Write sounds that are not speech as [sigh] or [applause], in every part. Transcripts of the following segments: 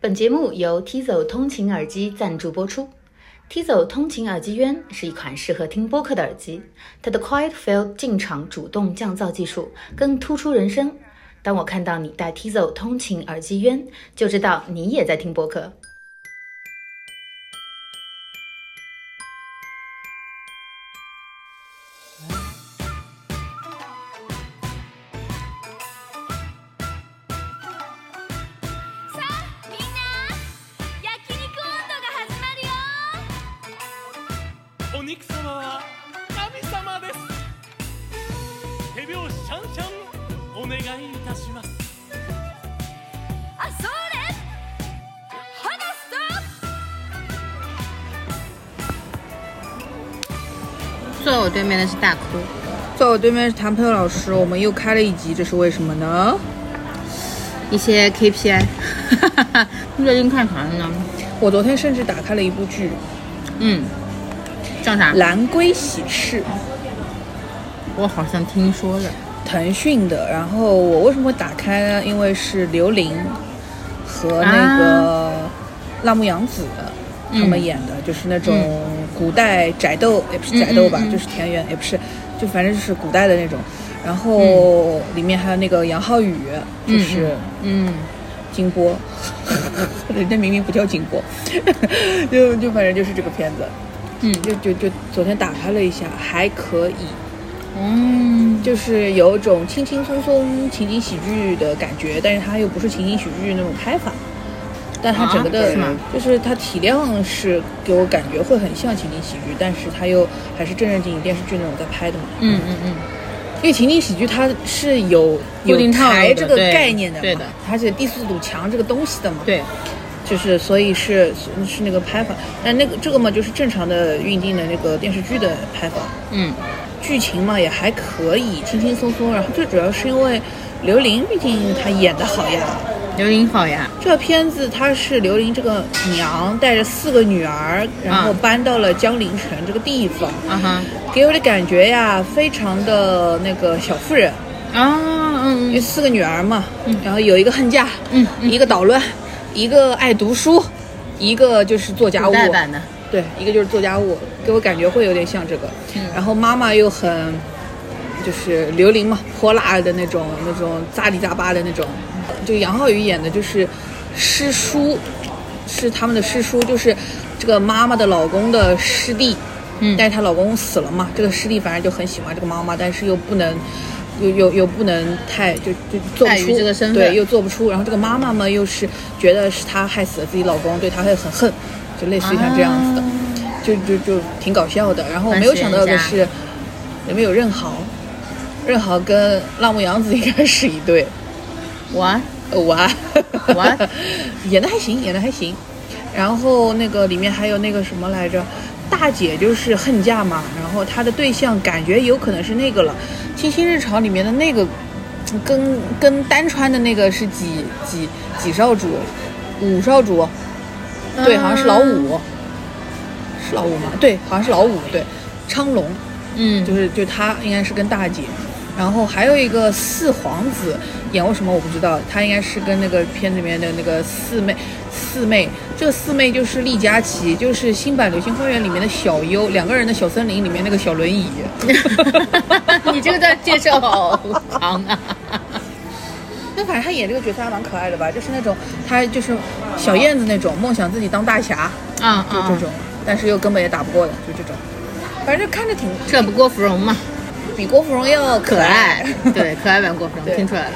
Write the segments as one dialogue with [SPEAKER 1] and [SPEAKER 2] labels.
[SPEAKER 1] 本节目由 Tizo 通勤耳机赞助播出。Tizo 通勤耳机渊是一款适合听播客的耳机，它的 Quiet Field 进场主动降噪技术更突出人声。当我看到你戴 Tizo 通勤耳机渊，就知道你也在听播客。
[SPEAKER 2] さあみんな焼肉温度が始まるよ
[SPEAKER 3] お肉様は神様です手拍子シャンシャンお願いいたします
[SPEAKER 2] あそれ話す
[SPEAKER 4] 坐在我对面的是大哭，
[SPEAKER 5] 在我对面是谭佩老师，我们又开了一集，这是为什么呢？
[SPEAKER 4] 一些 KPI，最近看啥呢？
[SPEAKER 5] 我昨天甚至打开了一部剧
[SPEAKER 4] 嗯，叫啥
[SPEAKER 5] 《？蓝龟喜事
[SPEAKER 4] 我好像听说了，》，
[SPEAKER 5] 腾讯的。然后我为什么会打开呢？因为是刘琳和那个
[SPEAKER 4] 啊
[SPEAKER 5] 辣目洋子他们演的，就是那种古代宅斗，也不是宅斗吧，
[SPEAKER 4] 嗯嗯嗯
[SPEAKER 5] 就是田园，也不是，就反正就是古代的那种。然后里面还有那个杨浩宇，就是。
[SPEAKER 4] 嗯，
[SPEAKER 5] 金 [laughs] 波，人家明明不叫金波， [laughs] 就就反正就是这个片子，
[SPEAKER 4] 嗯
[SPEAKER 5] 就就就昨天打开了一下，还可以，
[SPEAKER 4] 嗯，
[SPEAKER 5] 就是有一种轻轻松松情景喜剧的感觉，但是它又不是情景喜剧那种拍法，但它整个
[SPEAKER 4] 啊
[SPEAKER 5] 的、
[SPEAKER 4] 是吗
[SPEAKER 5] 就是它体量是给我感觉会很像情景喜剧，但是它又还是正正经经电视剧那种在拍的嘛，
[SPEAKER 4] 嗯嗯嗯，
[SPEAKER 5] 因为情景喜剧它是有
[SPEAKER 4] 固
[SPEAKER 5] 有
[SPEAKER 4] 定套路的
[SPEAKER 5] 台这个
[SPEAKER 4] 对
[SPEAKER 5] 概念的嘛，
[SPEAKER 4] 对的
[SPEAKER 5] 而且第四堵墙这个东西的嘛，。
[SPEAKER 4] 对，
[SPEAKER 5] 就是所以是是那个拍法，但那个这个嘛就是正常的运镜的那个电视剧的拍法，
[SPEAKER 4] 嗯，
[SPEAKER 5] 剧情嘛也还可以，轻轻松松。然后最主要是因为刘琳，毕竟她演的好呀。
[SPEAKER 4] 刘琳好呀，
[SPEAKER 5] 这片子她是刘琳这个娘带着四个女儿，然后搬到了江陵城这个地方，
[SPEAKER 4] 啊哈，
[SPEAKER 5] 给我的感觉呀，非常的那个小妇人，
[SPEAKER 1] 哦
[SPEAKER 4] 啊，
[SPEAKER 5] 因
[SPEAKER 4] 嗯
[SPEAKER 5] 为
[SPEAKER 4] 嗯
[SPEAKER 5] 四个女儿嘛，然后有一个恨嫁，
[SPEAKER 4] 嗯嗯
[SPEAKER 5] 一个捣乱，一个爱读书，一个就是做家务
[SPEAKER 4] 古，代版的，
[SPEAKER 5] 对，一个就是做家务，给我感觉会有点像这个。
[SPEAKER 4] 嗯
[SPEAKER 5] 然后妈妈又很，就是刘琳嘛，泼辣的那种，那种杂里杂巴的那种。就杨浩宇演的就是师叔，是他们的师叔，就是这个妈妈的老公的师弟。
[SPEAKER 4] 嗯
[SPEAKER 5] 但是她老公死了嘛，这个师弟反正就很喜欢这个妈妈，但是又不能，又又又不能太就就做不
[SPEAKER 4] 碍于
[SPEAKER 5] 出
[SPEAKER 4] 这个身份
[SPEAKER 5] 对，又做不出。然后这个妈妈嘛，又是觉得是她害死了自己老公，对她会很恨，就类似于像这样子的，就就就挺搞笑的。然后我没有想到的
[SPEAKER 4] 反思
[SPEAKER 5] 是，里面有任豪，任豪跟辣目洋子应该是一对，
[SPEAKER 4] 我
[SPEAKER 5] 我啊
[SPEAKER 4] What？
[SPEAKER 5] [laughs] 演的还行，演的还行。然后那个里面还有那个什么来着，大姐就是恨嫁嘛，然后她的对象感觉有可能是那个了，《星星日常》里面的那个，跟跟单穿的那个是几几几少主，五少主，对，好像是老五，是老五吗？对，好像是老五，对，昌隆。
[SPEAKER 4] 嗯，
[SPEAKER 5] 就是就他应该是跟大姐，然后还有一个四皇子演过什么我不知道，他应该是跟那个片里面的那个四妹，四妹这个四妹就是厉佳琪，就是新版《流星花园》里面的小优，两个人的小森林里面那个小轮椅，
[SPEAKER 4] [laughs] 你这个段
[SPEAKER 1] [laughs]
[SPEAKER 4] 介绍好长啊，
[SPEAKER 5] 那反正他演这个角色还蛮可爱的吧，就是那种他就是小燕子那种，梦想自己当大侠，
[SPEAKER 4] 啊
[SPEAKER 1] 嗯
[SPEAKER 5] 就这
[SPEAKER 4] 啊，
[SPEAKER 5] 种，但是又根本也打不过的，就这种，反正看着挺
[SPEAKER 4] 这不郭芙蓉嘛，
[SPEAKER 5] 比郭芙蓉要
[SPEAKER 4] 可
[SPEAKER 5] 可
[SPEAKER 4] 爱
[SPEAKER 5] 爱，，
[SPEAKER 4] 对，可爱版郭芙蓉，
[SPEAKER 5] 对
[SPEAKER 4] 听出来了，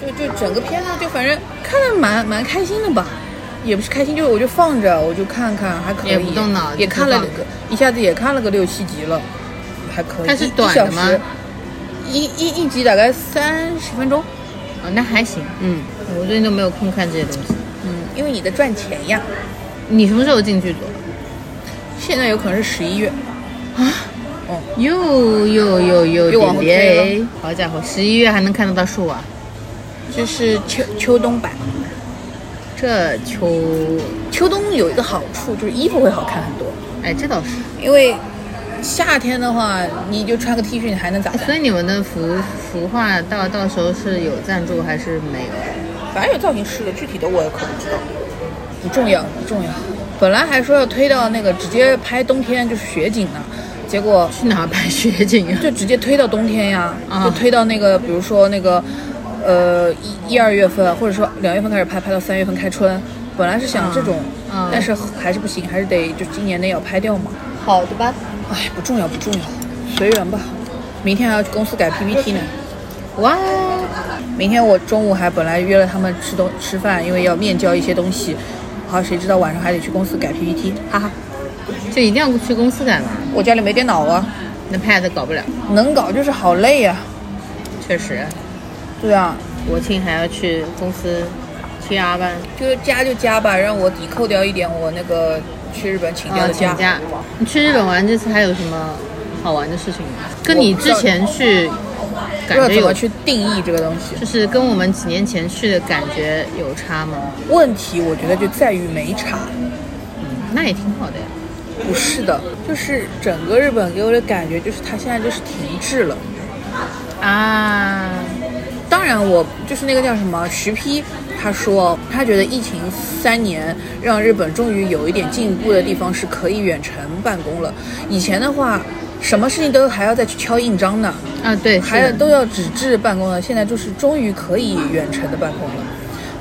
[SPEAKER 5] 就就整个片子啊就反正看的蛮蛮开心的吧，也不是开心，就是我就放着，我就看看还可以，
[SPEAKER 4] 也不动脑子
[SPEAKER 5] 也看了
[SPEAKER 4] 就放着
[SPEAKER 5] 个一下子也看了个六七集了，还可以。
[SPEAKER 4] 它是
[SPEAKER 5] 一
[SPEAKER 4] 短的吗？
[SPEAKER 5] 一小时一一一集大概三十分钟，
[SPEAKER 4] 哦，那还行，
[SPEAKER 5] 嗯
[SPEAKER 4] 我最近都没有空看这些东西。
[SPEAKER 5] 嗯，因为你在赚钱呀。
[SPEAKER 4] 你什么时候进剧组？
[SPEAKER 5] 现在有可能是十一月，
[SPEAKER 4] 又又又又
[SPEAKER 5] 又往后推
[SPEAKER 4] 了！好家伙，十一月还能看得到树啊！
[SPEAKER 5] 就是秋秋冬版。
[SPEAKER 4] 这秋，
[SPEAKER 5] 秋冬有一个好处就是衣服会好看很多，
[SPEAKER 4] 哎，这倒是。
[SPEAKER 5] 因为夏天的话你就穿个 T 恤，你还能咋办？
[SPEAKER 4] 所以你们的服服化到到时候是有赞助还是没有？
[SPEAKER 5] 反正有造型师的，具体的我也可不知道。不重要，不重要。本来还说要推到那个直接拍冬天就是雪景呢，结果
[SPEAKER 4] 去哪儿拍雪景啊？
[SPEAKER 5] 就直接推到冬天呀，
[SPEAKER 4] 啊
[SPEAKER 5] 就推到那个，比如说那个，呃，一一二月份，或者说两月份开始拍，拍到三月份开春。本来是想这种，
[SPEAKER 4] 啊
[SPEAKER 5] 但是还是不行，还是得就今年内要拍掉嘛。
[SPEAKER 4] 好的吧，
[SPEAKER 5] 哎，不重要，不重要，随缘吧。明天还要去公司改 PPT 呢。哇！明天我中午还本来约了他们吃东吃饭，因为要面交一些东西，好，谁知道晚上还得去公司改 PPT，哈哈。
[SPEAKER 4] 就一定要去公司改嘛，
[SPEAKER 5] 我家里没电脑啊，
[SPEAKER 4] 那 pad 搞不了。
[SPEAKER 5] 能搞就是好累呀、
[SPEAKER 4] 确实，
[SPEAKER 5] 对啊，
[SPEAKER 4] 国庆还要去公司去加班，
[SPEAKER 5] 就是加就加吧，让我抵扣掉一点我那个去日本请假
[SPEAKER 4] 啊，
[SPEAKER 5] 的
[SPEAKER 4] 请
[SPEAKER 5] 假。
[SPEAKER 4] 假。你去日本玩这次还有什么好玩的事情吗？跟你之前去
[SPEAKER 5] 不
[SPEAKER 4] 感
[SPEAKER 5] 知道
[SPEAKER 4] 觉
[SPEAKER 5] 怎
[SPEAKER 4] 有
[SPEAKER 5] 么，去定义这个东西。
[SPEAKER 4] 就是跟我们几年前去的感觉有差吗？
[SPEAKER 5] 问题我觉得就在于没查，
[SPEAKER 4] 那也挺好的呀。
[SPEAKER 5] 不是的，就是整个日本给我的感觉就是它现在就是停滞了。
[SPEAKER 4] 啊，
[SPEAKER 5] 当然，我就是那个叫什么徐批，他说他觉得疫情三年让日本终于有一点进步的地方是可以远程办公了。以前的话，什么事情都还要再去敲印章呢，
[SPEAKER 4] 啊，对，
[SPEAKER 5] 还要
[SPEAKER 4] 是的
[SPEAKER 5] 都要纸质办公了。现在就是终于可以远程的办公了。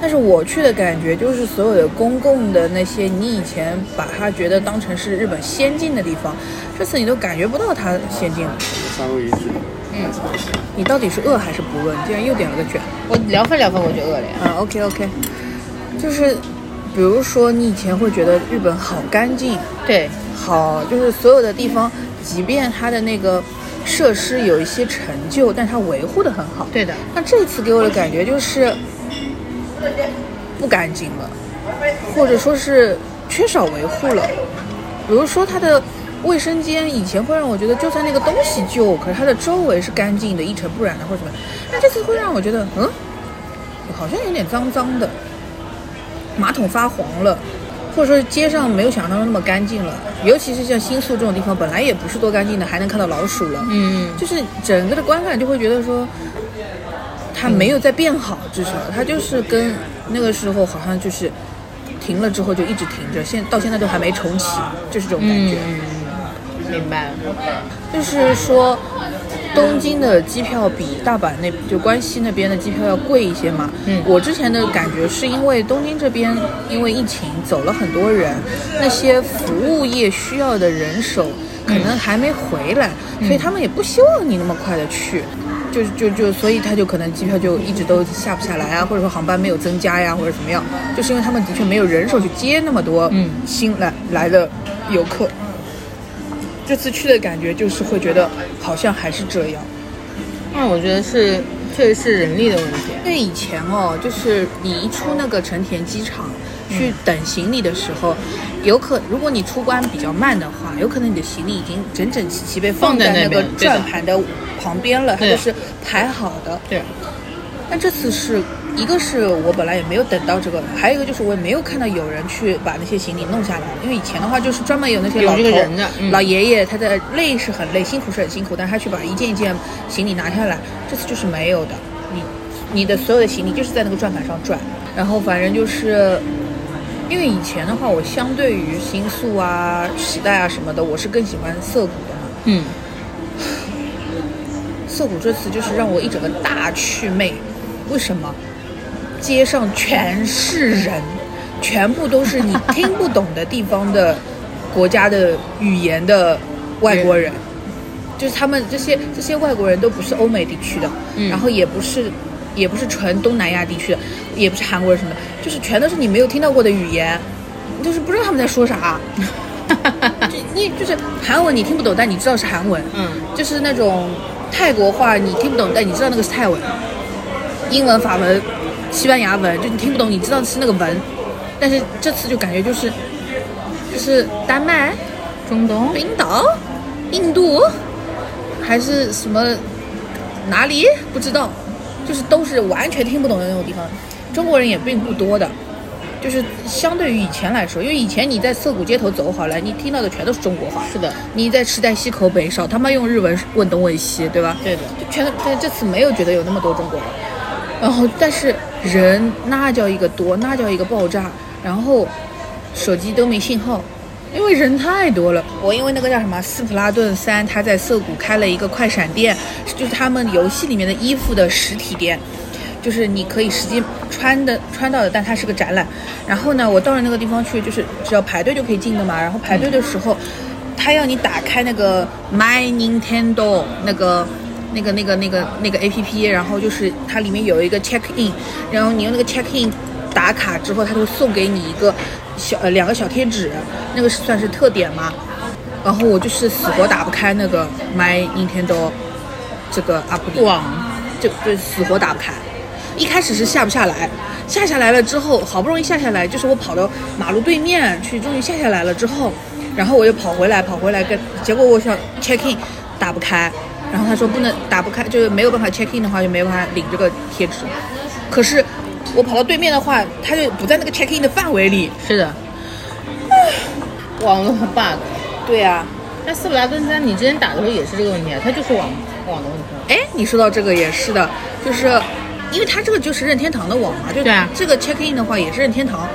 [SPEAKER 5] 但是我去的感觉就是，所有的公共的那些你以前把它觉得当成是日本先进的地方，这次你都感觉不到它先进了。嗯
[SPEAKER 6] 三文鱼是
[SPEAKER 5] 你到底是饿还是不饿？你竟然又点了个卷。
[SPEAKER 4] 我聊分聊分我就饿了呀。
[SPEAKER 5] 啊，OK OK，就是比如说你以前会觉得日本好干净，
[SPEAKER 4] 对，
[SPEAKER 5] 好就是所有的地方，即便它的那个设施有一些陈旧，但它维护的很好。
[SPEAKER 4] 对的，
[SPEAKER 5] 那这次给我的感觉就是不干净了，或者说是缺少维护了。比如说它的卫生间，以前会让我觉得就算那个东西旧，可是它的周围是干净的，一尘不染的或者什么，那这次会让我觉得，嗯，好像有点脏脏的，马桶发黄了。或者说街上没有想象中那么干净了，尤其是像新宿这种地方，本来也不是多干净的，还能看到老鼠了。
[SPEAKER 4] 嗯，
[SPEAKER 5] 就是整个的观感就会觉得说，它没有在变好，至少它就是跟那个时候好像就是停了之后就一直停着，现到现在都还没重启，就是这种感觉。
[SPEAKER 4] 明白了。
[SPEAKER 5] 就是说，东京的机票比大阪那就关西那边的机票要贵一些嘛。
[SPEAKER 4] 嗯
[SPEAKER 5] 我之前的感觉是因为东京这边因为疫情走了很多人，那些服务业需要的人手
[SPEAKER 4] 嗯
[SPEAKER 5] 可能还没回来，所以他们也不希望你那么快的去。就就就，所以他就可能机票就一直都下不下来啊，或者说航班没有增加呀，或者怎么样，就是因为他们的确没有人手去接那么多
[SPEAKER 4] 嗯
[SPEAKER 5] 新来、来的游客。这次去的感觉就是会觉得好像还是这样。
[SPEAKER 4] 但我觉得是，确实是人力的问题。
[SPEAKER 5] 因为以前哦，就是你一出那个成田机场
[SPEAKER 4] 嗯
[SPEAKER 5] 去等行李的时候，有可如果你出关比较慢的话，有可能你的行李已经整整齐齐被放
[SPEAKER 4] 放在
[SPEAKER 5] 在那
[SPEAKER 4] 那
[SPEAKER 5] 个
[SPEAKER 4] 边对的
[SPEAKER 5] 转盘的旁边了，它
[SPEAKER 4] 对
[SPEAKER 5] 就是排好的。
[SPEAKER 4] 对，
[SPEAKER 5] 但这次是一个是我本来也没有等到这个，还有一个就是我也没有看到有人去把那些行李弄下来，因为以前的话就是专门有那些老
[SPEAKER 4] 有这个
[SPEAKER 5] 头
[SPEAKER 4] 人的嗯
[SPEAKER 5] 老爷爷，他的累是很累，辛苦是很辛苦，但是他去把一件一件行李拿下来，这次就是没有的，你你的所有的行李就是在那个转盘上转，然后反正就是。因为以前的话，我相对于新宿啊、时代啊什么的，我是更喜欢涩谷的嘛。
[SPEAKER 4] 嗯，
[SPEAKER 5] 涩谷这次就是让我一整个大祛魅，为什么？街上全是人，全部都是你听不懂的地方的国家的语言的外国人，就是他们这些这些外国人都不是欧美地区的，
[SPEAKER 4] 嗯
[SPEAKER 5] 然后也不是也不是纯东南亚地区的，也不是韩国人什么的，就是全都是你没有听到过的语言，你就是不知道他们在说
[SPEAKER 4] [laughs]
[SPEAKER 5] 啥。就你就是韩文你听不懂，但你知道是韩文，
[SPEAKER 4] 嗯，
[SPEAKER 5] 就是那种泰国话你听不懂，但你知道那个是泰文，英文、法文、西班牙文，就你听不懂，你知道是那个文，但是这次就感觉就是就是丹麦、
[SPEAKER 4] 中东
[SPEAKER 5] 冰岛、印度还是什么哪里不知道，就是都是完全听不懂的那种地方，中国人也并不多的。就是相对于以前来说，因为以前你在涩谷街头走好了，你听到的全都是中国话。
[SPEAKER 4] 是的，
[SPEAKER 5] 你在池袋西口北少他妈用日文问东问西，对吧？
[SPEAKER 4] 对的，
[SPEAKER 5] 就全都，但这次没有觉得有那么多中国人。然后但是人那叫一个多，那叫一个爆炸，然后手机都没信号。因为人太多了，我因为那个叫什么《斯普拉顿三》，他在涩谷开了一个快闪店，就是他们游戏里面的衣服的实体店，就是你可以实际穿的穿到的，但它是个展览。然后呢，我到了那个地方去，就是只要排队就可以进的嘛。然后排队的时候，他要你打开那个 My Nintendo 那个。那个、那个、那个、那个 A P P，然后就是它里面有一个 check in，然后你用那个 check in 打卡之后，它就会送给你一个小呃两个小贴纸，那个是算是特点嘛。然后我就是死活打不开那个 My Nintendo 这个 app 里
[SPEAKER 4] 哇，
[SPEAKER 5] 就就死活打不开。一开始是下不下来，下下来了之后，好不容易下下来，就是我跑到马路对面去，终于下下来了之后，然后我又跑回来，跑回来跟，结果我想 check in 打不开，然后他说不能打不开，就是没有办法 check in 的话就没有办法领这个贴纸。可是我跑到对面的话，他就不在那个 check in 的范围里。
[SPEAKER 4] 是的，网络 bug。
[SPEAKER 5] 对啊，
[SPEAKER 4] 那斯普拉顿三，你之前打的时候也是这个问题啊，它就是网网的问题啊。
[SPEAKER 5] 哎，你说到这个也是的，就是因为它这个就是任天堂的网嘛，就
[SPEAKER 4] 对啊
[SPEAKER 5] 这个 check in 的话也是任天堂，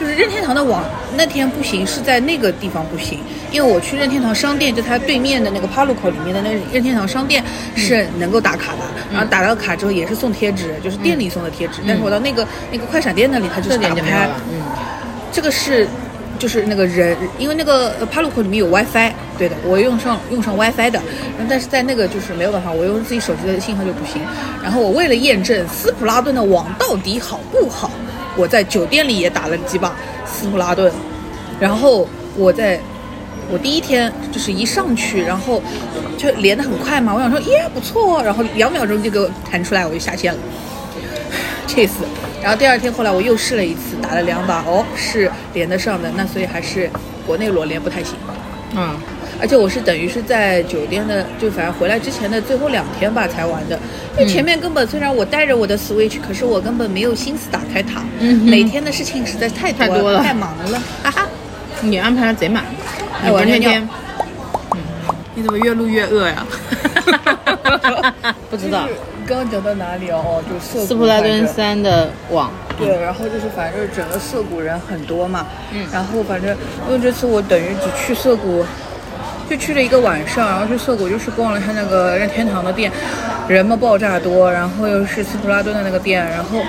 [SPEAKER 5] 就是任天堂的网那天不行，是在那个地方不行，因为我去任天堂商店，就它对面的那个帕路口里面的那个任天堂商店是能够打卡的，
[SPEAKER 4] 嗯
[SPEAKER 5] 然后打到卡之后也是送贴纸，就是店里送的贴纸，但是我到那个那个快闪店那里，它就是
[SPEAKER 4] 这
[SPEAKER 5] 打
[SPEAKER 4] 点
[SPEAKER 5] 不
[SPEAKER 4] 就没有
[SPEAKER 5] 开
[SPEAKER 4] 了。。嗯，
[SPEAKER 5] 这个是就是那个人，因为那个呃 p a l o k 里面有 WiFi，对的，我用上用上 WiFi 的，嗯但是在那个就是没有办法，我用自己手机的信号就不行。然后我为了验证斯普拉顿的网到底好不好，我在酒店里也打了几把斯普拉顿，然后我在。我第一天就是一上去，然后就连得很快嘛，我想说耶不错哦，然后两秒钟就给我弹出来，我就下线了。气死！然后第二天后来我又试了一次，打了两把，哦，是连得上的，那所以还是国内裸连不太行。
[SPEAKER 4] 嗯，
[SPEAKER 5] 而且我是等于是在酒店的，就反正回来之前的最后两天吧才玩的，因为前面根本虽然我带着我的 Switch，可是我根本没有心思打开它。
[SPEAKER 4] 嗯哼
[SPEAKER 5] 每天的事情实在太
[SPEAKER 4] 太多
[SPEAKER 5] 了，
[SPEAKER 4] 了
[SPEAKER 5] 太忙了，哈哈。
[SPEAKER 4] 嗯你安排的贼满。
[SPEAKER 5] 哎
[SPEAKER 4] 你不
[SPEAKER 5] 我
[SPEAKER 4] 是那
[SPEAKER 5] 尿
[SPEAKER 4] 天，嗯
[SPEAKER 5] 你怎么越录越饿呀？
[SPEAKER 4] 不知道
[SPEAKER 5] 刚刚讲到哪里哦？哦，就涩谷
[SPEAKER 4] 斯普拉
[SPEAKER 5] 反
[SPEAKER 4] 顿
[SPEAKER 5] 正
[SPEAKER 4] 三的网，
[SPEAKER 5] 对，然后就是反正整个涩谷人很多嘛，嗯，然后反正因为这次我等于只去涩谷，就去了一个晚上，然后去涩谷就是逛了他那个任天堂的店，人嘛爆炸多，然后又是斯普拉顿的那个店，然后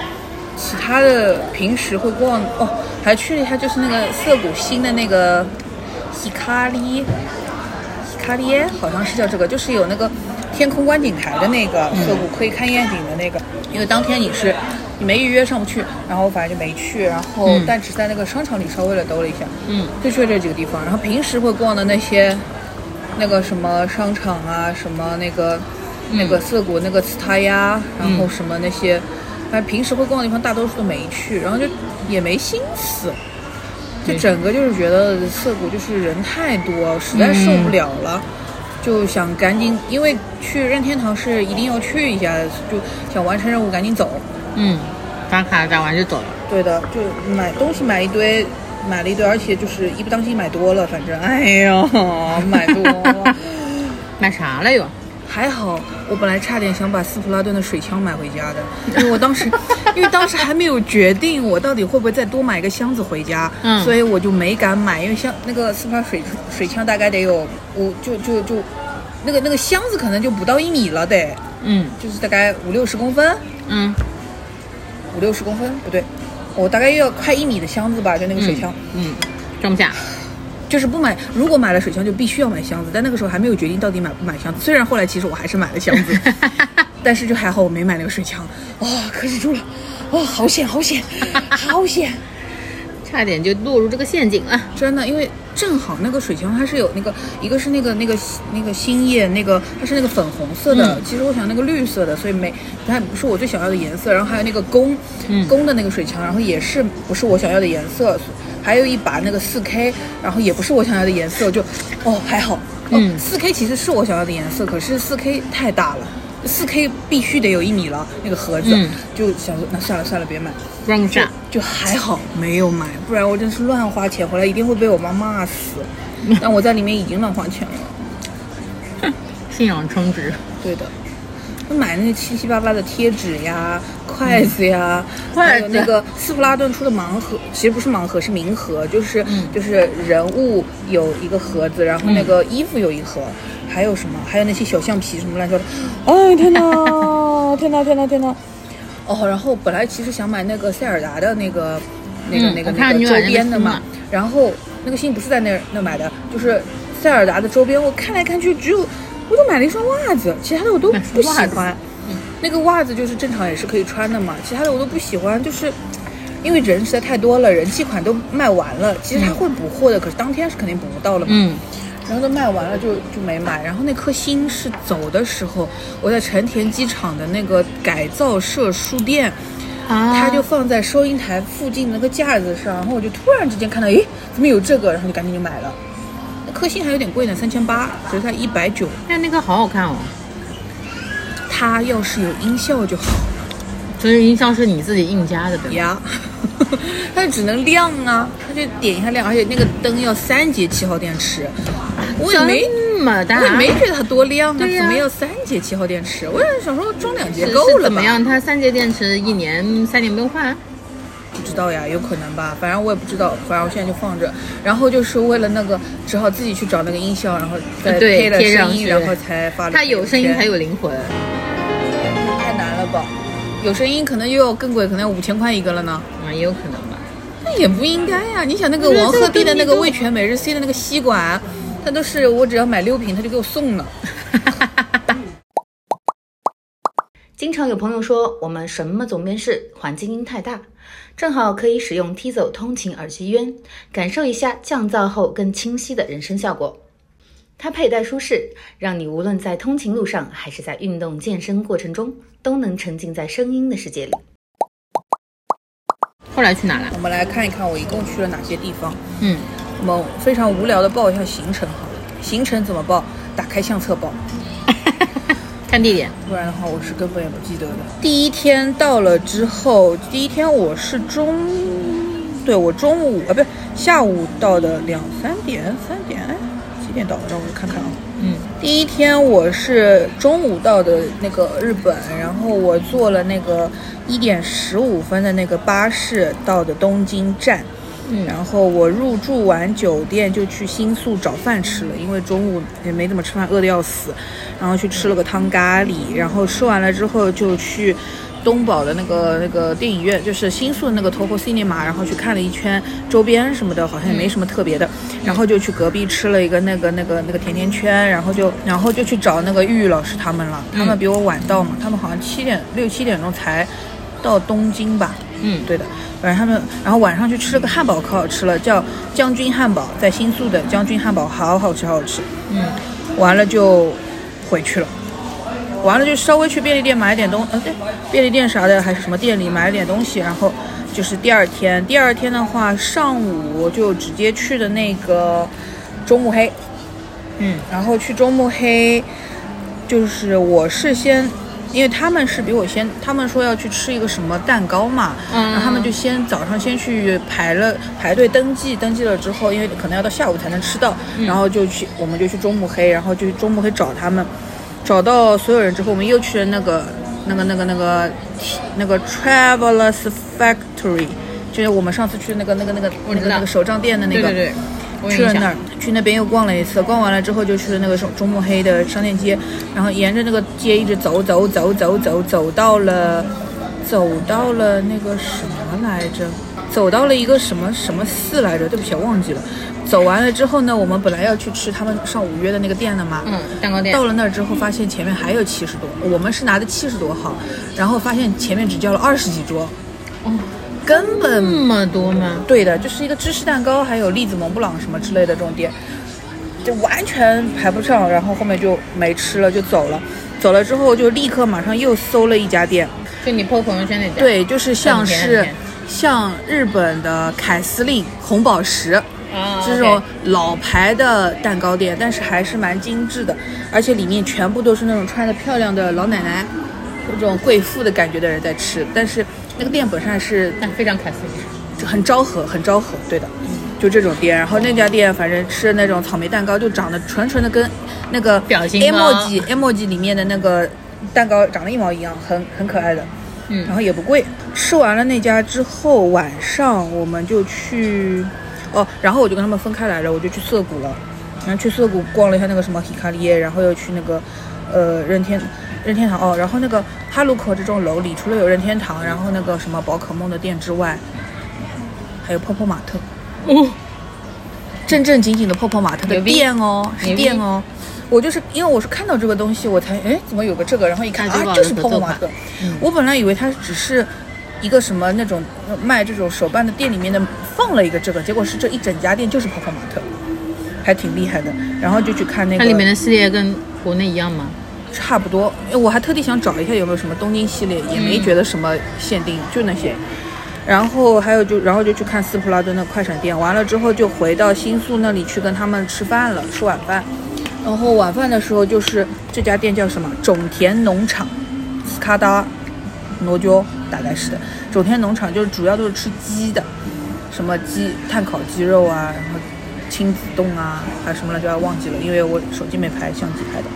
[SPEAKER 5] 其他的平时会逛哦，还去了一下就是那个涩谷新的那个 Hikari Hikari 好像是叫这个，就是有那个天空观景台的那个涩谷可以看夜景的那个，因为当天你是你没预约上不去，然后反正就没去，然后、
[SPEAKER 4] 嗯
[SPEAKER 5] 但只在那个商场里稍微的兜了一下，
[SPEAKER 4] 嗯，
[SPEAKER 5] 就去了这几个地方，然后平时会逛的那些那个什么商场啊，什么那个、那个涩谷那个茨塔呀，然后什么那些，反正平时会逛的地方大多数都没去，然后就也没心思。就整个就是觉得涩谷就是人太多，实在受不了了，就想赶紧，因为去任天堂是一定要去一下的，就想完成任务赶紧走。
[SPEAKER 4] 嗯，打卡打完就走了。
[SPEAKER 5] 对的，就买东西买一堆，买了一堆，而且就是一不当心买多了，反正哎呦，买多
[SPEAKER 4] [laughs]
[SPEAKER 5] 了。
[SPEAKER 4] 买啥了又？
[SPEAKER 5] 还好，我本来差点想把斯普拉顿的水枪买回家的，因为我当时，因为当时还没有决定我到底会不会再多买一个箱子回家，
[SPEAKER 4] 嗯
[SPEAKER 5] 所以我就没敢买，因为像那个斯普拉水水枪大概得有，我就就就，那个那个箱子可能就不到一米了得，
[SPEAKER 4] 嗯
[SPEAKER 5] 就是大概五六十公分，
[SPEAKER 4] 嗯，
[SPEAKER 5] 五六十公分不对，我大概要快一米的箱子吧，就那个水枪，
[SPEAKER 4] 嗯，装不下。
[SPEAKER 5] 就是不买，如果买了水箱就必须要买箱子，但那个时候还没有决定到底买不买箱子。虽然后来其实我还是买了箱子，但是就还好我没买那个水枪。哇、克制住了，哇、好险好险好险！
[SPEAKER 4] 差点就落入这个陷阱了。
[SPEAKER 5] 真的，因为正好那个水枪它是有那个，一个是那个那个那个星叶，那个它是那个粉红色的，
[SPEAKER 4] 嗯
[SPEAKER 5] 其实我想那个绿色的，所以没它不是我最想要的颜色。然后还有那个弓，
[SPEAKER 4] 嗯
[SPEAKER 5] 弓的那个水枪，然后也是不是我想要的颜色，还有一把那个四 K，然后也不是我想要的颜色，就哦还好，嗯，四 K 其实是我想要的颜色，可是四 K 太大了。四 K 必须得有一米了，那个盒子、
[SPEAKER 4] 嗯
[SPEAKER 5] 就想说，那算了算了，别买。
[SPEAKER 4] 装不下，
[SPEAKER 5] 就还好没有买，不然我真是乱花钱，回来一定会被我妈骂死。但我在里面已经乱花钱了，
[SPEAKER 4] 信仰充值。
[SPEAKER 5] 对的。买那些七七八八的贴纸呀、筷子呀，
[SPEAKER 4] 嗯筷
[SPEAKER 5] 还有
[SPEAKER 4] 子
[SPEAKER 5] 那个斯普拉顿出的盲盒，其实不是盲盒，是明盒，就是、
[SPEAKER 4] 嗯
[SPEAKER 5] 就是人物有一个盒子，然后那个衣服有一盒，还有什么？还有那些小橡皮什么乱七八糟。
[SPEAKER 4] 嗯
[SPEAKER 5] 哎天
[SPEAKER 4] [laughs]
[SPEAKER 5] 呐，天呐，天呐，天呐！哦，然后本来其实想买那个塞尔达的那个那个、
[SPEAKER 4] 嗯
[SPEAKER 5] 那个
[SPEAKER 4] 我看
[SPEAKER 5] 那个
[SPEAKER 4] 你
[SPEAKER 5] 周
[SPEAKER 4] 买那嗯个
[SPEAKER 5] 边的
[SPEAKER 4] 书
[SPEAKER 5] 嘛
[SPEAKER 4] 嘛，
[SPEAKER 5] 然后那个信不是在那儿那买的，就是塞尔达的周边。我看来看去，只有我就买了一双袜子，其他的我都
[SPEAKER 4] 买双
[SPEAKER 5] 不喜
[SPEAKER 4] 袜子
[SPEAKER 5] 欢。那个袜子就是正常也是可以穿的嘛，其他的我都不喜欢，就是。因为人实在太多了，人气款都卖完了。其实他会补货的，可是当天是肯定补不到了嘛。
[SPEAKER 4] 嗯，
[SPEAKER 5] 然后都卖完了就就没买。然后那颗星是走的时候，我在成田机场的那个改造社书店，
[SPEAKER 4] 啊
[SPEAKER 5] 它就放在收银台附近那个架子上，然后我就突然之间看到，诶，怎么有这个？然后就赶紧就买了。那颗星还有点贵呢，三千八，只是它一百九。
[SPEAKER 4] 但那个好好看哦，
[SPEAKER 5] 它要是有音效就好
[SPEAKER 4] 所以音效是你自己硬加的，对吧？
[SPEAKER 5] 呀， [laughs] 它只能亮啊，它就点一下亮，而且那个灯要三节七号电池，我也没
[SPEAKER 4] 这么大，
[SPEAKER 5] 我也没觉得它多亮啊，
[SPEAKER 4] 对呀
[SPEAKER 5] 怎么要三节七号电池？我也想说装两节
[SPEAKER 4] 是
[SPEAKER 5] 够
[SPEAKER 4] 是
[SPEAKER 5] 了
[SPEAKER 4] 怎么
[SPEAKER 5] 吧？
[SPEAKER 4] 样？它三节电池一年三年不用换？啊
[SPEAKER 5] 不知道呀，有可能吧，反正我也不知道，反正我现在就放着。然后就是为了那个，只好自己去找那个音效，然后再
[SPEAKER 4] 对
[SPEAKER 5] 配了
[SPEAKER 4] 贴
[SPEAKER 5] 声
[SPEAKER 4] 上
[SPEAKER 5] 音，
[SPEAKER 4] 去
[SPEAKER 5] 然后才发了。
[SPEAKER 4] 它有声音才，有灵魂。啊
[SPEAKER 5] 太难了吧？有声音可能又要更贵，可能要五千块一个了呢。
[SPEAKER 4] 啊，也有可能吧。
[SPEAKER 5] 那也不应该呀！你想那个
[SPEAKER 4] 不是
[SPEAKER 5] 王
[SPEAKER 4] 这
[SPEAKER 5] 鹤
[SPEAKER 4] 个
[SPEAKER 5] 棣的
[SPEAKER 4] 东西
[SPEAKER 5] 那个
[SPEAKER 4] 都
[SPEAKER 5] 味全每日 C 的那个吸管，它都是我只要买六瓶，他就给我送了。
[SPEAKER 1] 经常有朋友说我们什么总面试环境音太大，正好可以使用 Tizo 通勤耳机渊，感受一下降噪后更清晰的人声效果。它佩戴舒适，让你无论在通勤路上还是在运动健身过程中，都能沉浸在声音的世界里。
[SPEAKER 4] 后来去哪了？
[SPEAKER 5] 我们来看一看我一共去了哪些地方。
[SPEAKER 4] 嗯，
[SPEAKER 5] 我们非常无聊的报一下行程好了。行程怎么报？打开相册报，
[SPEAKER 4] 看地点。
[SPEAKER 5] 不然的话我是根本也不记得的。第一天到了之后，第一天我是中，对我中午啊，不是下午到的两三点，三点哎几点到的？让我看看啊。
[SPEAKER 4] 嗯，
[SPEAKER 5] 第一天我是中午到的那个日本，然后我坐了那个一点十五分的那个巴士到的东京站。
[SPEAKER 4] 嗯
[SPEAKER 5] 然后我入住完酒店就去新宿找饭吃了，因为中午也没怎么吃饭，饿得要死，然后去吃了个汤咖喱，然后吃完了之后就去东宝的那个那个电影院，就是新宿的那个 Toho Cinema，然后去看了一圈周边什么的，好像也没什么特别的，然后就去隔壁吃了一个那个那个那个甜甜圈，然后就然后就去找那个玉玉老师他们了，他们比我晚到嘛，他们好像七点六七点钟才到东京吧，
[SPEAKER 4] 嗯
[SPEAKER 5] 对的，反正他们，然后晚上去吃了个汉堡，可好吃了，叫将军汉堡，在新宿的将军汉堡，好好吃，好好吃。嗯，完了就回去了，完了就稍微去便利店买点东，呃，对，便利店啥的，还是什么店里买了点东西，然后就是第二天，第二天的话，上午我就直接去的那个中目黑，
[SPEAKER 4] 嗯，
[SPEAKER 5] 然后去中目黑，就是我是先，因为他们是比我先，他们说要去吃一个什么蛋糕嘛，
[SPEAKER 4] 嗯
[SPEAKER 5] 然后他们就先早上先去排了排队登记，登记了之后，因为可能要到下午才能吃到，
[SPEAKER 4] 嗯
[SPEAKER 5] 然后就去我们就去中目黑，然后就去中目黑找他们，找到所有人之后，我们又去了那个那个那个那个那个 Travelers Factory。就是我们上次去那个那个那个那
[SPEAKER 4] 我知
[SPEAKER 5] 个
[SPEAKER 4] 道
[SPEAKER 5] 那个手账店的那个，
[SPEAKER 4] 对对对，我有
[SPEAKER 5] 去了
[SPEAKER 4] 印
[SPEAKER 5] 那
[SPEAKER 4] 象。
[SPEAKER 5] 儿，去那边又逛了一次，逛完了之后就去了那个中中目黑的商店街，然后沿着那个街一直走走走走走，走到了，走到了那个什么来着？走到了一个什么什么寺来着？对不起，我忘记了。走完了之后呢，我们本来要去吃他们上午约的那个店的嘛，
[SPEAKER 4] 嗯，蛋糕店。
[SPEAKER 5] 到了那儿之后，发现前面还有七十多，我们是拿的七十多号，然后发现前面只叫了二十几桌，
[SPEAKER 4] 哦，
[SPEAKER 5] 根本
[SPEAKER 4] 这么多吗？
[SPEAKER 5] 对的，就是一个芝士蛋糕，还有栗子蒙布朗什么之类的这种店，就完全排不上，然后后面就没吃了，就走了。走了之后就立刻马上又搜了一家店，
[SPEAKER 4] 就你 PO 朋友圈那家。，
[SPEAKER 5] 对，就是像
[SPEAKER 4] 很甜
[SPEAKER 5] 是
[SPEAKER 4] 很甜
[SPEAKER 5] 像日本的凯司令红宝石。
[SPEAKER 4] 啊，
[SPEAKER 5] 这种老牌的蛋糕店，但是还是蛮精致的，而且里面全部都是那种穿的漂亮的老奶奶，有种贵妇的感觉的人在吃。但是那个店本身还是
[SPEAKER 4] 但非常凯斯。
[SPEAKER 5] 很昭和，很昭和，对的，就这种店。然后那家店反正吃那种草莓蛋糕，就长得纯纯的跟那个
[SPEAKER 4] 表情
[SPEAKER 5] emoji
[SPEAKER 4] 包
[SPEAKER 5] emoji 里面的那个蛋糕长得一毛一样，很很可爱的。
[SPEAKER 4] 嗯
[SPEAKER 5] 然后也不贵。吃完了那家之后，晚上我们就去，哦，然后我就跟他们分开来着，我就去涩谷了，然后去涩谷逛了一下那个什么 Hikari，然后又去那个，呃，任天。任天堂哦，然后那个哈鲁口这幢楼里，除了有任天堂，然后那个什么宝可梦的店之外，还有泡泡玛特。
[SPEAKER 4] 哦，
[SPEAKER 5] 正正经经的泡泡玛特的
[SPEAKER 4] 牛逼
[SPEAKER 5] 店哦，是
[SPEAKER 4] 牛逼
[SPEAKER 5] 店哦。我就是因为我是看到这个东西，我才哎怎么有个这个，然后一看
[SPEAKER 4] 那就
[SPEAKER 5] 啊
[SPEAKER 4] 忘了
[SPEAKER 5] 就是
[SPEAKER 4] 合
[SPEAKER 5] 泡泡
[SPEAKER 4] 作
[SPEAKER 5] 玛
[SPEAKER 4] 款
[SPEAKER 5] 特。
[SPEAKER 4] 嗯
[SPEAKER 5] 我本来以为它只是一个什么那种呃卖这种手办的店里面的放了一个这个，结果是这一整家店就是泡泡玛特，还挺厉害的。然后就去看那
[SPEAKER 4] 它
[SPEAKER 5] 个
[SPEAKER 4] 里面的系列跟国内一样吗？
[SPEAKER 5] 差不多，我还特地想找一下有没有什么东京系列，也没觉得什么限定，就那些。然后还有就，然后就去看斯普拉顿的快闪店，完了之后就回到新宿那里去跟他们吃饭了，吃晚饭。然后晚饭的时候就是这家店叫什么种田农场，斯卡达嗯挪鸠大概是的。种田农场就是主要都是吃鸡的，什么鸡炭烤鸡肉啊，然后亲子冻啊，还有什么乱七八糟忘记了，因为我手机没拍，相机拍的。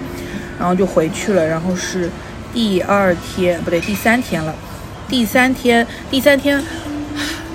[SPEAKER 5] 然后就回去了，然后是第二天不对，第三天了，第三天第三天。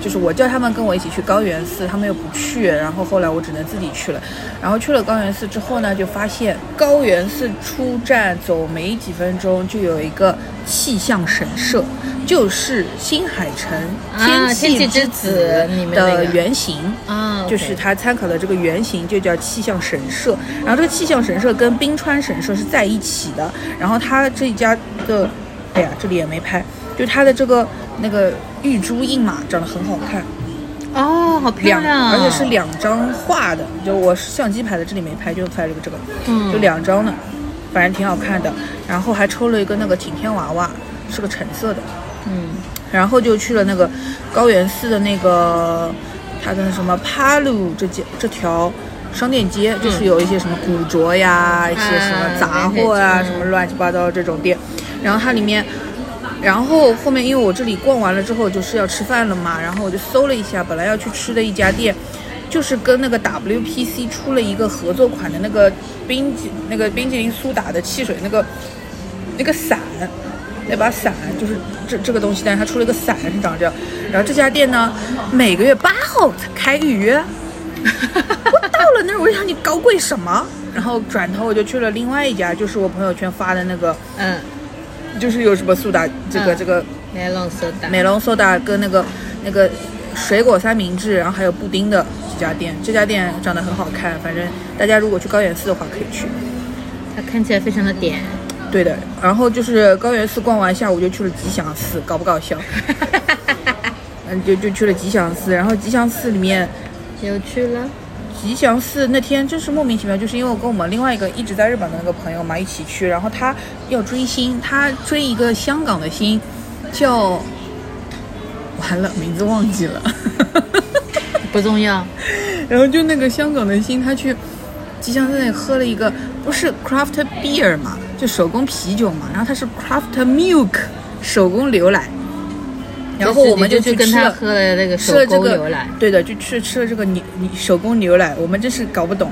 [SPEAKER 5] 就是我叫他们跟我一起去高原寺，他们又不去，然后后来我只能自己去了。然后去了高原寺之后呢，就发现高原寺出站走没几分钟就有一个气象神社，就是新海诚
[SPEAKER 4] 啊天
[SPEAKER 5] 气
[SPEAKER 4] 气之
[SPEAKER 5] 子
[SPEAKER 4] 子里面那
[SPEAKER 5] 的
[SPEAKER 4] 个
[SPEAKER 5] 原型。
[SPEAKER 4] 啊
[SPEAKER 5] 就是它参考的这个原型就叫气象神社，然后这个气象神社跟冰川神社是在一起的，然后它这一家的，哎呀，这里也没拍，就它的这个那个玉珠印马长得很好看，
[SPEAKER 4] 哦，好漂
[SPEAKER 5] 两
[SPEAKER 4] 亮啊，
[SPEAKER 5] 而且是两张画的，就我是相机拍的，这里没拍，就拍了个这个，
[SPEAKER 4] 嗯
[SPEAKER 5] 就两张呢，反正挺好看的，然后还抽了一个那个晴天娃娃，是个橙色的，
[SPEAKER 4] 嗯
[SPEAKER 5] 然后就去了那个高原寺的那个它的什么帕鲁这街这条商店街，就是有一些什么古着呀，一些什么杂货呀，
[SPEAKER 4] 嗯
[SPEAKER 5] 什么乱七八糟这种店。然后它里面，然后后面因为我这里逛完了之后就是要吃饭了嘛，然后我就搜了一下，本来要去吃的一家店。就是跟那个 WPC 出了一个合作款的那个冰激那个冰激凌苏打的汽水那个那个伞，那把伞就是这这个东西，但是它出了一个伞是长这样。然后这家店呢，每个月八号才开预约。我到了那儿，我就想你搞鬼什么？然后转头我就去了另外一家，就是我朋友圈发的那个，
[SPEAKER 4] 嗯，
[SPEAKER 5] 就是有什么苏打这个、
[SPEAKER 4] 嗯
[SPEAKER 5] 这个
[SPEAKER 4] 来弄色的，
[SPEAKER 5] 美龙苏打跟那个那个水果三明治，然后还有布丁的几家店。这家店长得很好看，反正大家如果去高原寺的话可以去。
[SPEAKER 4] 它看起来非常的点，
[SPEAKER 5] 对的，然后就是高原寺逛完，下午就去了吉祥寺，搞不搞笑？嗯，就就去了吉祥寺，然后吉祥寺里面，
[SPEAKER 4] 有趣了。
[SPEAKER 5] 吉祥寺那天真是莫名其妙，就是因为我跟我们另外一个一直在日本的那个朋友嘛一起去，然后他要追星，他追一个香港的星，叫完了名字忘记了。
[SPEAKER 4] 不重要，
[SPEAKER 5] 然后就那个香港的星，他去吉祥寺那里喝了一个，不是 craft beer 嘛，就手工啤酒嘛，然后它是 craft milk 手工牛奶，然后我们
[SPEAKER 4] 就
[SPEAKER 5] 去
[SPEAKER 4] 去跟
[SPEAKER 5] 吃
[SPEAKER 4] 他
[SPEAKER 5] 了。
[SPEAKER 4] 喝了那个手
[SPEAKER 5] 吃了这
[SPEAKER 4] 工
[SPEAKER 5] 个
[SPEAKER 4] 牛奶，
[SPEAKER 5] 对的，就吃吃了这个牛牛手工牛奶，我们真是搞不懂，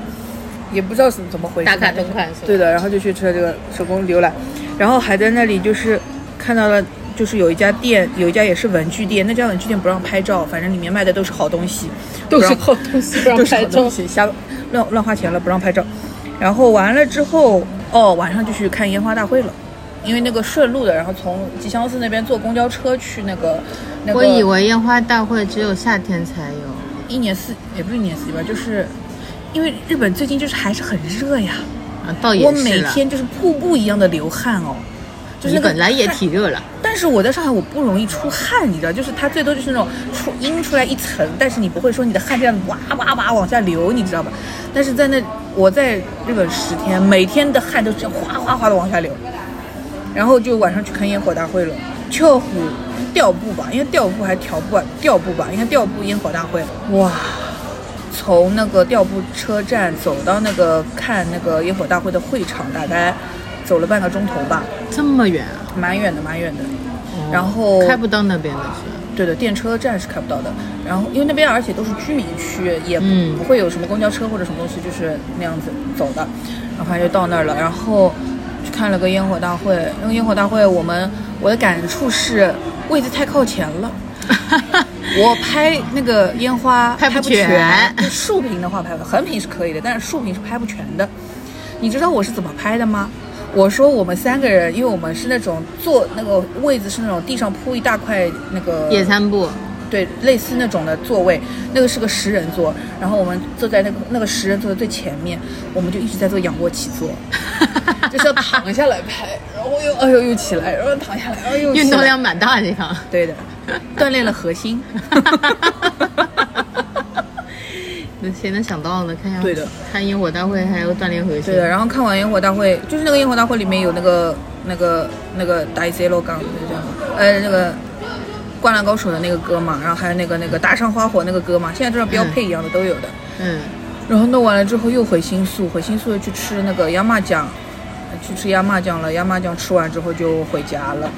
[SPEAKER 5] 也不知道怎么怎么回事。
[SPEAKER 4] 打卡同款是吧
[SPEAKER 5] 对的，然后就去吃了这个手工牛奶，然后还在那里就是看到了，就是有一家店，有一家也是文具店，那家文具店不让拍照，反正里面卖的都是好东西，
[SPEAKER 4] [laughs] 都是
[SPEAKER 5] 不让
[SPEAKER 4] 好东西不让
[SPEAKER 5] 都是好
[SPEAKER 4] 拍照
[SPEAKER 5] 东西，瞎乱乱花钱了，不让拍照。然后完了之后，哦，晚上就去看烟花大会了。因为那个顺路的，然后从吉祥寺那边坐公交车去那个，那个、
[SPEAKER 4] 我以为烟花大会只有夏天才有，
[SPEAKER 5] 一年四也不是一年四季吧，就是因为日本最近就是还是很热呀，
[SPEAKER 4] 啊，倒也
[SPEAKER 5] 我
[SPEAKER 4] 是
[SPEAKER 5] 每
[SPEAKER 4] 了
[SPEAKER 5] 天就是瀑布一样的流汗哦，就是那
[SPEAKER 4] 你
[SPEAKER 5] 个
[SPEAKER 4] 本来也挺热了，
[SPEAKER 5] 但是我在上海我不容易出汗，你知道，就是它最多就是那种出阴出来一层，但是你不会说你的汗这样哇哇哇往下流，你知道吧？但是在那我在日本十天，每天的汗都是这样哗哗哗的往下流，然后就晚上去看烟火大会了，跳舞调布吧，应该调布还是调布啊？调布吧，应该调布烟火大会，哇！从那个调布车站走到那个看那个烟火大会的会场，大概走了半个钟头吧，
[SPEAKER 4] 这么远啊，
[SPEAKER 5] 蛮远的，蛮远的。
[SPEAKER 4] 哦
[SPEAKER 5] 然后
[SPEAKER 4] 开不到那边的是，
[SPEAKER 5] 对的，电车站是开不到的。然后因为那边而且都是居民区，也不
[SPEAKER 4] 嗯
[SPEAKER 5] 不会有什么公交车或者什么东西，就是那样子走的。然后反正就到那儿了，然后去看了个烟火大会。那个烟火大会我们我的感触是位置太靠前
[SPEAKER 4] [laughs]
[SPEAKER 5] 了。我拍那个烟花
[SPEAKER 4] 拍不
[SPEAKER 5] 不全
[SPEAKER 4] 全，
[SPEAKER 5] 就竖屏的话拍不，横屏是可以的，但是竖屏是拍不全的。你知道我是怎么拍的吗？我说我们三个人，因为我们是那种坐那个位置是那种地上铺一大块那个
[SPEAKER 4] 野餐布，
[SPEAKER 5] 对，类似那种的座位，那个是个十人座，然后我们坐在那个那个十人座的最前面，我们就一直在做仰卧起
[SPEAKER 4] [laughs]
[SPEAKER 5] 坐，就是要躺下来拍，然后又哎呦又起来，然后躺下来，然后又起来
[SPEAKER 4] 运动量蛮大的这个。
[SPEAKER 5] 对的，锻炼了核
[SPEAKER 4] [laughs]
[SPEAKER 5] 心，
[SPEAKER 4] [laughs] 那谁能想到呢？看一下，
[SPEAKER 5] 对的，
[SPEAKER 4] 看烟火大会还有锻炼核心
[SPEAKER 5] 对，的。然后看完烟火大会，就是那个烟火大会里面有那个那个那个大 C 罗刚，那个叫什么呃那个。灌篮高手的那个歌嘛，然后还有那个那个打上花火那个歌嘛，现在这种标配一样的都有的。
[SPEAKER 4] 嗯，
[SPEAKER 5] 然后弄完了之后又回新宿，回新宿又去吃那个鸭麻酱，呃去吃鸭麻酱了。鸭麻酱吃完之后就回家了，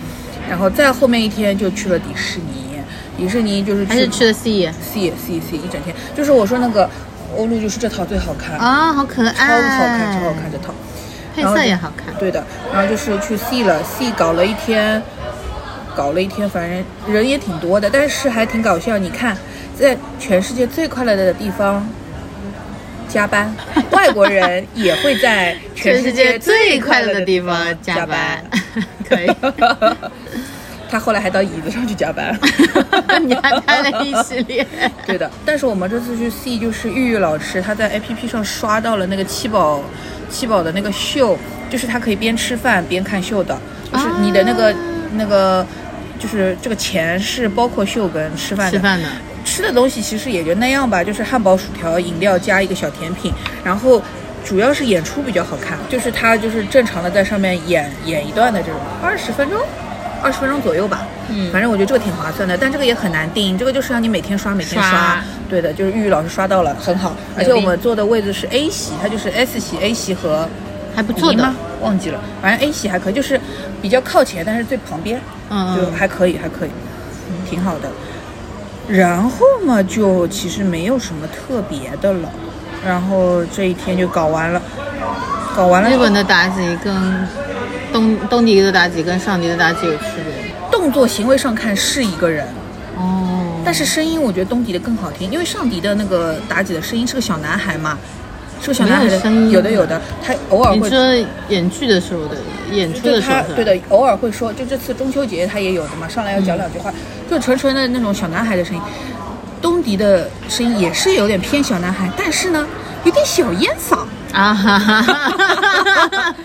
[SPEAKER 5] 然后再后面一天就去了迪士尼。迪士尼就是
[SPEAKER 4] 还是去的 C
[SPEAKER 5] C C C 一整天，就是我说那个欧陆就是这套最好看，
[SPEAKER 4] 啊，好可爱，
[SPEAKER 5] 超好看，超好看，这套。
[SPEAKER 4] 配
[SPEAKER 5] 然后
[SPEAKER 4] 色
[SPEAKER 5] 就
[SPEAKER 4] 也好看。
[SPEAKER 5] 对的，然后就是去 C 了，C 搞了一天，搞了一天，反正人也挺多的，但是还挺搞笑。你看，在全世界最快乐的地方加班，外国人也会在全世界最快乐的
[SPEAKER 4] [laughs]
[SPEAKER 5] 地方加
[SPEAKER 4] 加
[SPEAKER 5] 班
[SPEAKER 4] 班。， [laughs] 可以。，
[SPEAKER 5] 他后来还到椅子上去加班
[SPEAKER 4] [laughs] 你还拍了一系列，
[SPEAKER 5] [laughs] 对的，但是我们这次去 C 就是玉玉老师，她在 APP 上刷到了那个七宝七宝的那个秀，就是她可以边吃饭边看秀的，就是你的那个、那个。就是这个钱是包括秀跟吃饭的，
[SPEAKER 4] 吃饭的
[SPEAKER 5] 吃的东西其实也就那样吧，就是汉堡、薯条、饮料加一个小甜品，然后主要是演出比较好看，就是他就是正常的在上面演演一段的这种，二十分钟，二十分钟左右吧。嗯，反正我觉得这个挺划算的，但这个也很难定，这个就是让你每天刷，每天刷。
[SPEAKER 4] 刷
[SPEAKER 5] 对的，就是玉玉老师刷到了，很好。而且
[SPEAKER 4] 牛
[SPEAKER 5] 我
[SPEAKER 4] 逼
[SPEAKER 5] 们坐的位置是 A 席，它就是 S 席、A 席和
[SPEAKER 4] 还不错
[SPEAKER 5] 姨
[SPEAKER 4] 的
[SPEAKER 5] 吗。？忘记了，反正 A 席还可以，就是比较靠前，但是最旁边。
[SPEAKER 4] 嗯，
[SPEAKER 5] 就还可以，还可以，嗯挺好的。然后嘛，就其实没有什么特别的了。然后这一天就搞完了，搞完了
[SPEAKER 4] 日本的妲己跟东东迪的妲己跟上迪的妲己有区别。
[SPEAKER 5] 动作行为上看是一个人，
[SPEAKER 4] 哦，
[SPEAKER 5] 但是声音我觉得东迪的更好听，因为上迪的那个妲己的声音是个小男孩嘛，是个小男孩
[SPEAKER 4] 没有
[SPEAKER 5] 的
[SPEAKER 4] 声音
[SPEAKER 5] 有的有的，他偶尔
[SPEAKER 4] 你
[SPEAKER 5] 会
[SPEAKER 4] 说演剧的时候的演出
[SPEAKER 5] 就
[SPEAKER 4] 的时
[SPEAKER 5] 他
[SPEAKER 4] 候是吧
[SPEAKER 5] 对，的，偶尔会说，就这次中秋节他也有的嘛，上来要讲两句
[SPEAKER 4] 嗯
[SPEAKER 5] 话，就纯纯的那种小男孩的声音。东迪的声音也是有点偏小男孩，但是呢，有点小烟嗓，
[SPEAKER 4] [laughs] 啊哈哈哈哈。
[SPEAKER 5] [laughs]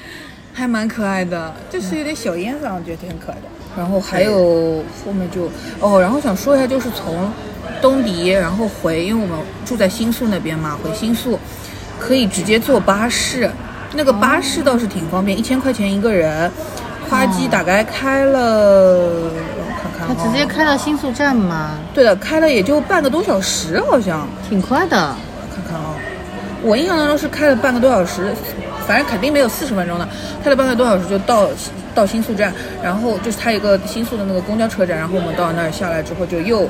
[SPEAKER 5] 还蛮可爱的，就是有点小烟嗓，我觉得挺可爱的。然后还有后面就哦，然后想说一下，就是从东迪，然后回，因为我们住在新宿那边嘛，回新宿可以直接坐巴士，那个巴士倒是挺方
[SPEAKER 4] 哦
[SPEAKER 5] 便，一千块钱一个人，花机大概开了，我看看、
[SPEAKER 4] 他
[SPEAKER 5] 哦，
[SPEAKER 4] 直接，开到新宿站嘛，
[SPEAKER 5] 对的，开了也就半个多小时，好像，
[SPEAKER 4] 挺快的。
[SPEAKER 5] 看看哦，我印象当中是开了半个多小时，反正肯定没有四十分钟的，开了半个多小时就到到新宿站，然后就是它有个新宿的那个公交车站，然后我们到那儿下来之后就又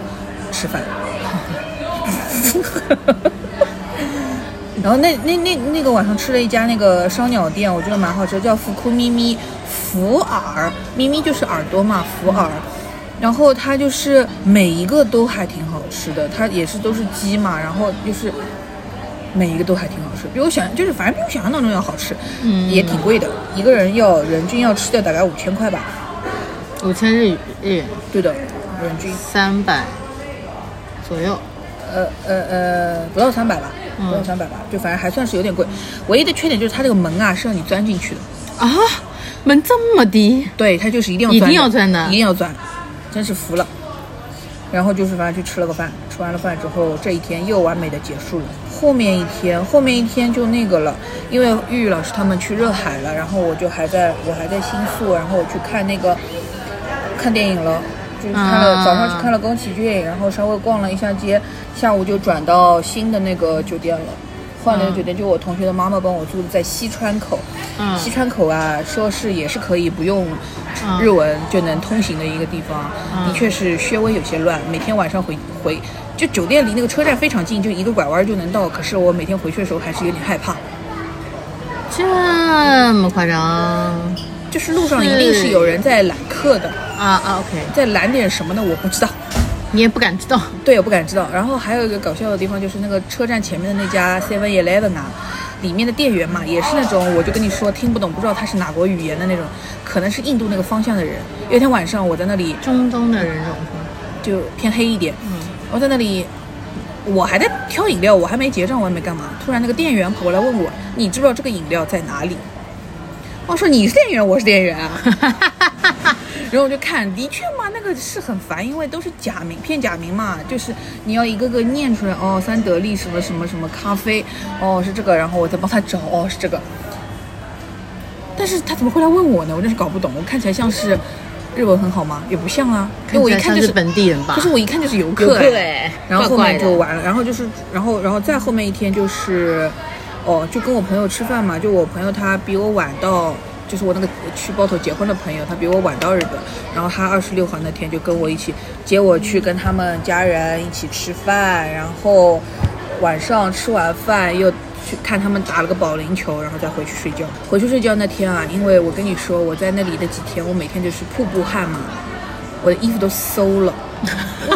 [SPEAKER 5] 吃饭。 [laughs] 然后那那那那个晚上吃了一家那个烧鸟店，我觉得蛮好吃，叫福库咪咪福耳，咪咪就是耳朵嘛，福耳。然后它就是每一个都还挺好吃的，它也是都是鸡嘛，然后就是每一个都还挺好吃，比我想就是反正比我想象当中要好吃，
[SPEAKER 4] 嗯
[SPEAKER 5] 也挺贵的，一个人要人均要吃掉大概五千块吧，
[SPEAKER 4] 五千日语日元
[SPEAKER 5] 对的，人均
[SPEAKER 4] 三百左右，
[SPEAKER 5] 呃呃呃不到三百吧，
[SPEAKER 4] 嗯
[SPEAKER 5] 不到三百吧，就反正还算是有点贵，唯一的缺点就是它这个门啊是让你钻进去的，
[SPEAKER 4] 啊，门这么低，
[SPEAKER 5] 对，它就是一定要
[SPEAKER 4] 一
[SPEAKER 5] 钻的，
[SPEAKER 4] 定要钻的
[SPEAKER 5] 一定要钻，真是服了。然后就是反正去吃了个饭，吃完了饭之后，这一天又完美的结束了。后面一天，后面一天就那个了，因为玉玉老师他们去热海了，然后我就还在我还在新宿，然后我去看那个看电影了。就是看了、
[SPEAKER 4] 啊
[SPEAKER 5] 早上去看了宫崎骏，然后稍微逛了一下街，下午就转到新的那个酒店了，换了一个酒店，就我同学的妈妈帮我住的，在西川口。
[SPEAKER 4] 嗯
[SPEAKER 5] 西川口啊，说是也是可以不用
[SPEAKER 4] 嗯
[SPEAKER 5] 日文就能通行的一个地方，
[SPEAKER 4] 嗯
[SPEAKER 5] 的确是稍微有些乱。每天晚上回回，就酒店离那个车站非常近，就一个拐弯就能到。可是我每天回去的时候还是有点害怕，
[SPEAKER 4] 这么夸张？
[SPEAKER 5] 就是路上一定是有人在揽客的，
[SPEAKER 4] 啊啊，OK，
[SPEAKER 5] 在揽点什么呢？我不知道，
[SPEAKER 4] 你也不敢知道，
[SPEAKER 5] 对，我不敢知道。然后还有一个搞笑的地方就是那个车站前面的那家 Seven Eleven 啊，里面的店员嘛，也是那种我就跟你说听不懂，不知道他是哪国语言的那种，可能是印度那个方向的人。有一天晚上我在那里
[SPEAKER 4] 中东的人这种
[SPEAKER 5] 就偏黑一点。
[SPEAKER 4] 嗯
[SPEAKER 5] 我在那里，我还在挑饮料，我还没结账，我还没干嘛。突然那个店员跑过来问我：“你知不知道这个饮料在哪里？”我说：“你是店员，我是店员
[SPEAKER 4] [laughs]
[SPEAKER 5] 啊。”然后我就看，的确嘛，那个是很烦，因为都是假名，骗假名嘛，就是你要一个个念出来。哦，三得利什么什么什么咖啡，哦是这个，然后我再帮他找，哦是这个。但是他怎么会来问我呢？我真是搞不懂。我看起来像是日文很好吗？也不像啊，因为我一看
[SPEAKER 4] 看
[SPEAKER 5] 就
[SPEAKER 4] 起来像
[SPEAKER 5] 是
[SPEAKER 4] 是本地人吧
[SPEAKER 5] 可是我一看就是游
[SPEAKER 4] 游
[SPEAKER 5] 客
[SPEAKER 4] 客哎
[SPEAKER 5] 然后后
[SPEAKER 4] 怪
[SPEAKER 5] 面
[SPEAKER 4] 怪的 [laughs]
[SPEAKER 5] 就完了，然后就是，然后然后再后面一天就是，哦，就跟我朋友吃饭嘛，就我朋友他比我晚到，就是我那个去包头结婚的朋友，他比我晚到日本，然后他二十六号那天就跟我一起接我去跟他们家人一起吃饭，然后晚上吃完饭又。去看他们打了个保龄球，然后再回去睡觉。回去睡觉那天啊，因为我跟你说我在那里的几天，我每天就是瀑布汗嘛，我的衣服都馊了， [laughs]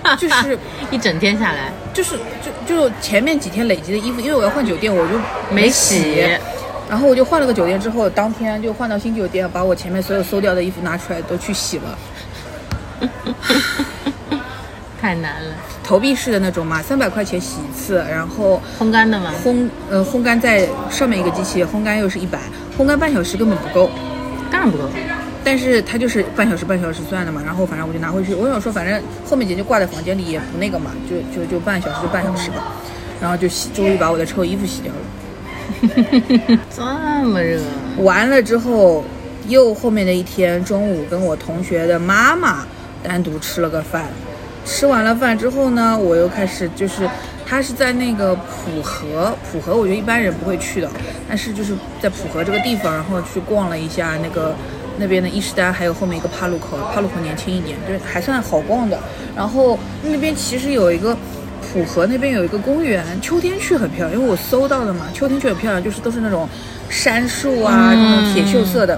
[SPEAKER 4] 话，
[SPEAKER 5] 就是
[SPEAKER 4] 一整天下来，
[SPEAKER 5] 就是就就前面几天累积的衣服，因为我要换酒店，我就
[SPEAKER 4] 没
[SPEAKER 5] 洗。
[SPEAKER 4] 洗
[SPEAKER 5] 然后我就换了个酒店之后，当天就换到新酒店，把我前面所有馊掉的衣服拿出来都去洗了，
[SPEAKER 4] 太难了，
[SPEAKER 5] 投币式的那种嘛，三百块钱洗一次，然后
[SPEAKER 4] 烘干的吗？
[SPEAKER 5] 烘呃烘干在上面一个机器，烘干又是一百，烘干半小时根本不够。
[SPEAKER 4] 当然不够，
[SPEAKER 5] 但是它就是半小时半小时算的嘛，然后反正我就拿回去，我想说反正后面姐就挂在房间里也不那个嘛，就就就半小时就半小时吧，然后就洗，终于把我的臭衣服洗掉了。
[SPEAKER 4] 这么热，
[SPEAKER 5] 完了之后，又后面的一天中午跟我同学的妈妈单独吃了个饭，吃完了饭之后呢，我又开始就是，他是在那个浦河，浦河我觉得一般人不会去的，但是就是在浦河这个地方，然后去逛了一下那个那边的伊势丹，还有后面一个帕路口，帕路口年轻一点，就是还算好逛的。然后那边其实有一个。浦河那边有一个公园，秋天去很漂亮，因为我搜到的嘛，秋天去很漂亮，就是都是那种杉树啊，
[SPEAKER 4] 嗯
[SPEAKER 5] 这种铁锈色的，